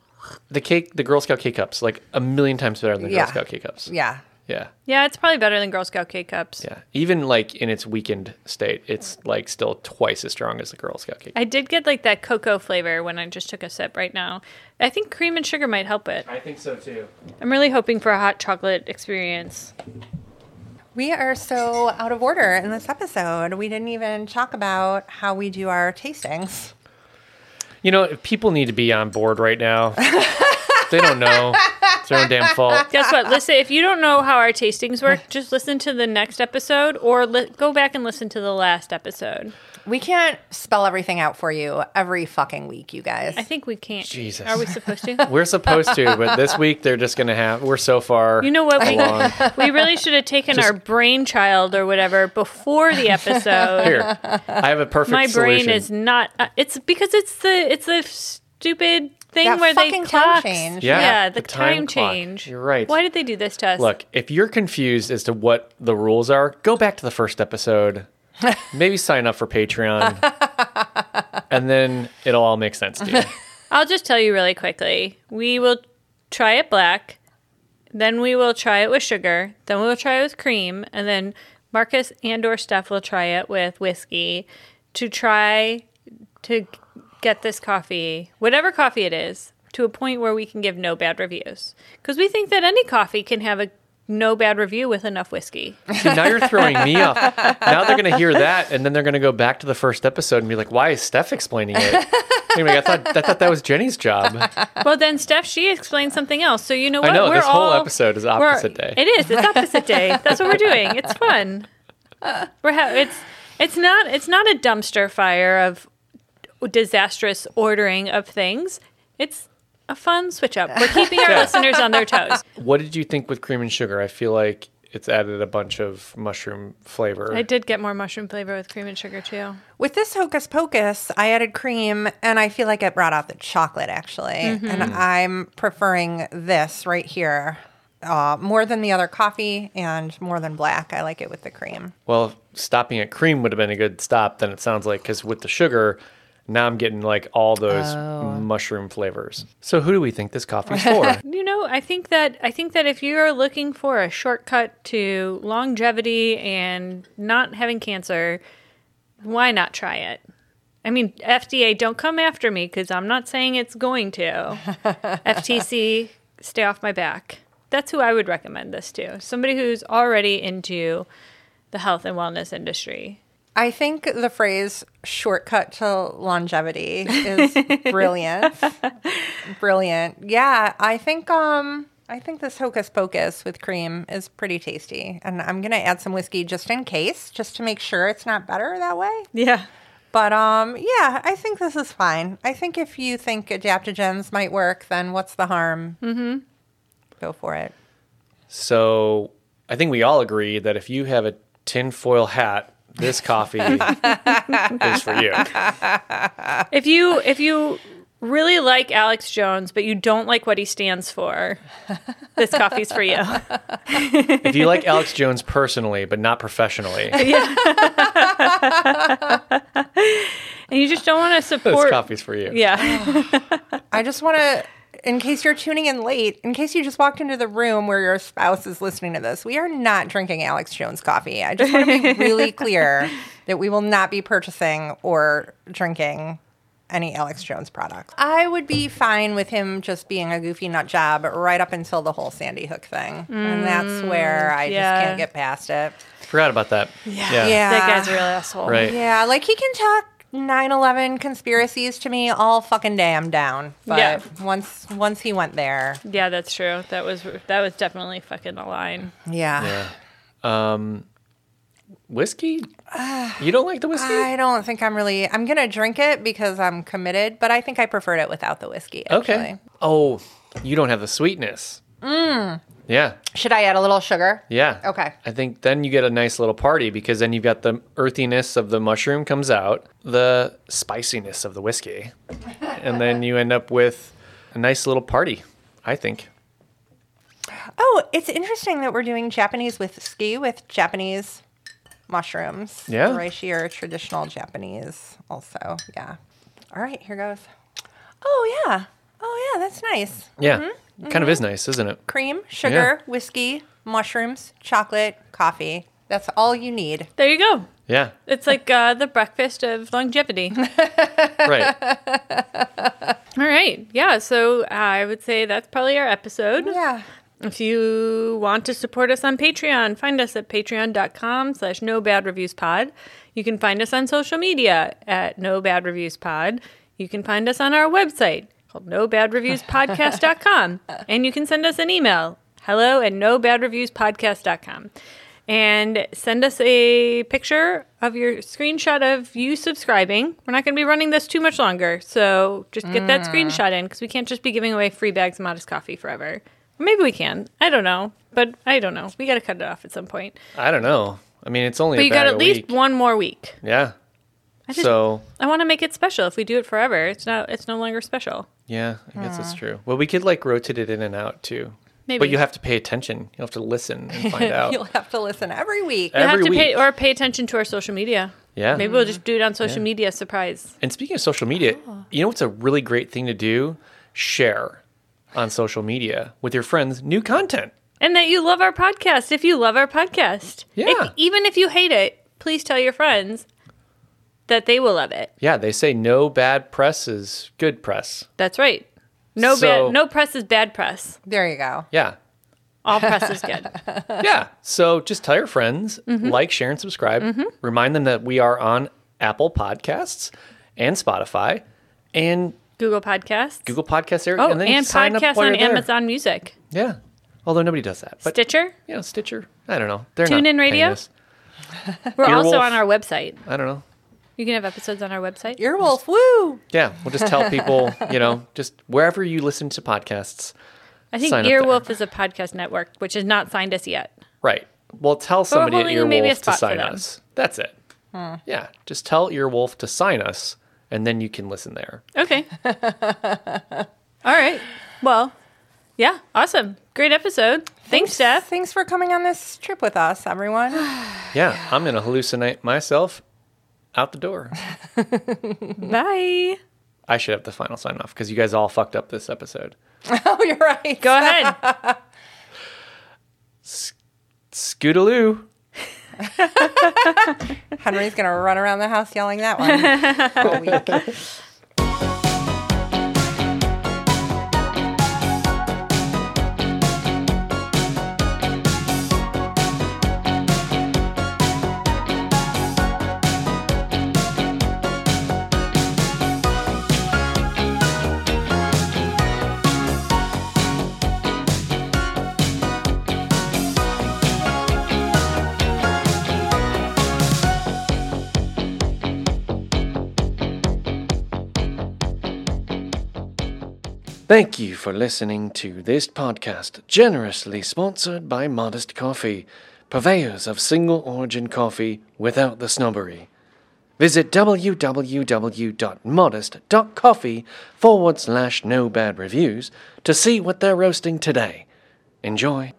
A: the cake, the Girl Scout K cups, like a million times better than the
C: Yeah.
A: Girl Scout K cups.
C: yeah.
A: Yeah,
B: Yeah, it's probably better than Girl Scout K cups.
A: yeah. Even like in its weakened state, it's like still twice as strong as the Girl Scout K.
B: I did get like that cocoa flavor when I just took a sip right now. I think cream and sugar might help it.
A: I think so too.
B: I'm really hoping for a hot chocolate experience.
C: We are so out of order in this episode. We didn't even talk about how we do our tastings.
A: You know, if people need to be on board right [LAUGHS] now. they don't know. It's their own damn fault.
B: Guess
C: [LAUGHS]
B: what? Listen, if you don't know how our tastings work, just listen to the next episode or li- go back and listen to the last episode.
C: We can't spell everything out for you every fucking week, you guys.
B: I think we can't.
A: Jesus.
B: Are we supposed to?
A: We're supposed to, but this week they're just going to have. We're so far. [LAUGHS]
B: You know what? We,
A: along.
B: we really should have taken
A: Just-
B: our brainchild or whatever before
A: [LAUGHS]
B: the episode.
A: Here, I have a perfect
B: My
A: solution.
B: brain is not. Uh, it's because it's the it's the stupid thing
C: That
B: where they
C: fucking time
B: clocks.
C: change.
A: Yeah,
B: the,
A: the time
B: time,
A: clock.
B: change.
A: You're right.
B: Why did they do this to us?
A: Look, if you're confused as to what the rules are, go back to the first
B: [LAUGHS]
A: episode. Maybe sign up for Patreon, and then it'll all make sense to you.
B: I'll just tell you really quickly. We will try it black, then we will try it with sugar, then we will try it with cream, and then Marcus and or Steph will try it with whiskey to try to get this coffee, whatever coffee it is, to a point where we can give no bad reviews. Because we think that any coffee can have a no bad review with enough whiskey.
A: See, now you're throwing me off. Now they're going to hear that, and then they're going to go back to the first episode and be like, "Why is Steph explaining it?" Anyway, I thought I thought that was Jenny's job.
B: well, then Steph, she explained something else. So you know what?
A: I know
B: we're
A: this
B: all,
A: whole episode is
B: we're-
A: opposite day.
B: It is. It's opposite day. That's what we're
A: [LAUGHS]
B: doing. It's fun. We're ha- it's it's not it's not a dumpster fire of disastrous ordering of things. It's a fun switch up. We're keeping our
A: Yeah.
B: listeners on
A: [LAUGHS]
B: their toes.
A: What did you think with cream and sugar? I feel like it's added a bunch of mushroom flavor.
B: I did get more mushroom flavor with cream and sugar too.
C: With this hocus pocus, I added cream and I feel like it brought out the chocolate actually. And I'm preferring this right here uh, more than the other coffee and more than black. I like it with the cream.
A: Well, if stopping at cream would have been a good stop. Then it sounds like because with the sugar, now I'm getting like all those mushroom flavors. So who do we think this coffee's for?
B: You know, I think that I think that if you are looking for a shortcut to longevity and not having cancer, why not try it? I mean, FDA, don't come after me because I'm not saying it's going to. FTC, stay off my back. That's who I would recommend this to. Somebody who's already into the health and wellness industry.
C: I think the phrase shortcut to longevity is brilliant. brilliant. Yeah, I think um I think this hocus pocus with cream is pretty tasty. And I'm going to add some whiskey just in case, just to make sure it's not better that way.
B: Yeah.
C: But um, yeah, I think this is fine. I think if you think adaptogens might work, then what's the harm? Mm-hmm. Go for it.
A: so I think we all agree that if you have a tinfoil hat, this coffee is for you.
B: If you if you really like Alex Jones but you don't like what he stands for, this coffee's for you.
A: If you like Alex Jones personally, but not professionally,
B: And you just don't want to
A: this
B: support
A: coffee's for you.
B: Yeah.
C: I just want to, in case you're tuning in late, in case you just walked into the room where your spouse is listening to this, we are not drinking Alex Jones coffee. I just want to be [LAUGHS] really clear that we will not be purchasing or drinking any Alex Jones product. I would be fine with him just being a goofy nut job right up until the whole Sandy Hook thing. and that's where I
B: yeah.
C: just can't get past it.
A: Forgot about that. Yeah.
C: Mm. Yeah.
B: That guy's a real asshole.
A: Right.
C: Yeah, like he can talk 9/11 conspiracies to me all fucking day. I'm down. But
B: Yeah.
C: once once he went there,
B: Yeah, that's true. That was that was definitely fucking a line.
C: yeah.
A: Yeah. Um, Whiskey? you don't like the whiskey?
C: I don't think I'm really. I'm gonna drink it because I'm committed, but I think I preferred it without the whiskey. Actually.
A: okay. Oh, you don't have the sweetness. Mm. Yeah.
C: Should I add a little sugar?
A: Yeah.
C: Okay.
A: I think then you get a nice little party because then you've got the earthiness of the mushroom comes out, the spiciness of the
B: [LAUGHS]
A: whiskey, and then you end up with a nice little party, I think.
C: Oh, it's interesting that we're doing Japanese with ski with Japanese mushrooms.
A: Yeah.
C: Reishi are traditional Japanese also. Yeah. All right, here goes. Oh yeah. Oh yeah, that's nice.
A: Yeah.
B: Mm-hmm.
A: Kind of is nice, isn't it?
C: Cream, sugar, whiskey, mushrooms, chocolate, coffee. That's all you need.
B: There you go.
A: Yeah.
B: It's like uh, the breakfast of longevity. [LAUGHS]
A: Right.
B: All right. Yeah. So I would say that's probably our episode.
C: Yeah.
B: If you want to support us on Patreon, find us at patreon.com slash no bad reviews pod. You can find us on social media at no bad reviews pod. You can find us on our website called no bad reviews podcast.com. and you can send us an email, hello at no bad reviews podcast.com. And send us a picture of your screenshot of you subscribing. We're not going to be running this too much longer. So just get
A: Mm.
B: that screenshot in because we can't just be giving away free bags of modest coffee forever. Maybe we can. I don't know, but I don't know. We got to cut it off at some point.
A: I don't know. I mean, it's only
B: But
A: a
B: you got
A: bag
B: at
A: a
B: least
A: week.
B: one more week.
A: Yeah.
B: just-
A: so,
B: I want to make it special. If we do it forever, it's not. It's no longer special.
A: yeah, I guess that's true. Well, we could like rotate it in and out too.
B: Maybe.
A: But you have to pay attention. You'll have to listen and
B: [LAUGHS]
A: find out.
C: You'll have to listen every week.
B: You have
A: Every
B: to pay
A: week.
B: or pay attention to our social media.
A: Yeah.
B: Maybe we'll just do it on social media. Surprise.
A: And speaking of social media,
B: Ah.
A: you know what's a really great thing to do? Share on social media with your friends new content.
B: And that you love our podcast. If you love our podcast,
A: Yeah.
B: If, even if you hate it, please tell your friends that they will love it.
A: Yeah, they say no bad press is good press.
B: That's right. No
A: So-
B: bad. No press is bad press.
C: There you go.
B: [LAUGHS]
A: Yeah.
B: All press
A: [LAUGHS]
B: is good.
A: Yeah. So just tell your friends,
B: Mm-hmm.
A: like, share, and subscribe. Remind them that we are on Apple Podcasts and Spotify and
B: Google Podcasts.
A: Google Podcasts. Eric,
B: Oh, and,
A: then sign up
B: podcasts
A: while
B: on
A: you're there.
B: Amazon Music.
A: Yeah. Although nobody does that. But,
B: Stitcher.
A: you know, Stitcher, I don't know. They're
B: Tune
A: not
B: in radio?
A: paying us.
B: We're also
A: Earwolf.
B: on our website.
A: I don't know.
B: You can have episodes on our website.
C: Earwolf, woo!
A: Yeah, we'll just tell people, you
B: [LAUGHS]
A: know, just wherever you listen to podcasts.
B: I think
A: sign up there.
B: Earwolf is a podcast network, which has not signed us yet.
A: Right. Well, tell somebody at
B: holding you maybe a
A: Earwolf to
B: spot for
A: sign
B: them. Hmm.
A: us. That's it. Yeah, just tell Earwolf to sign us, and then you can listen there.
B: [LAUGHS] Okay. All right. Well, yeah, awesome. Great episode. Thanks, Steph.
C: Thanks for coming on this trip with us, everyone.
A: Yeah,
B: [SIGHS]
A: I'm gonna hallucinate myself out the door.
B: Bye.
A: I should have the final sign off because you guys all fucked up this episode.
C: [LAUGHS] oh, you're right.
B: Go ahead.
A: Scootaloo.
C: Henry's gonna run around the house yelling that one all week.
A: Thank you for listening to this podcast, generously sponsored by Modest Coffee, purveyors of single origin coffee without the snobbery. Visit www.modest.coffee forward slash no bad reviews to see what they're roasting today. Enjoy.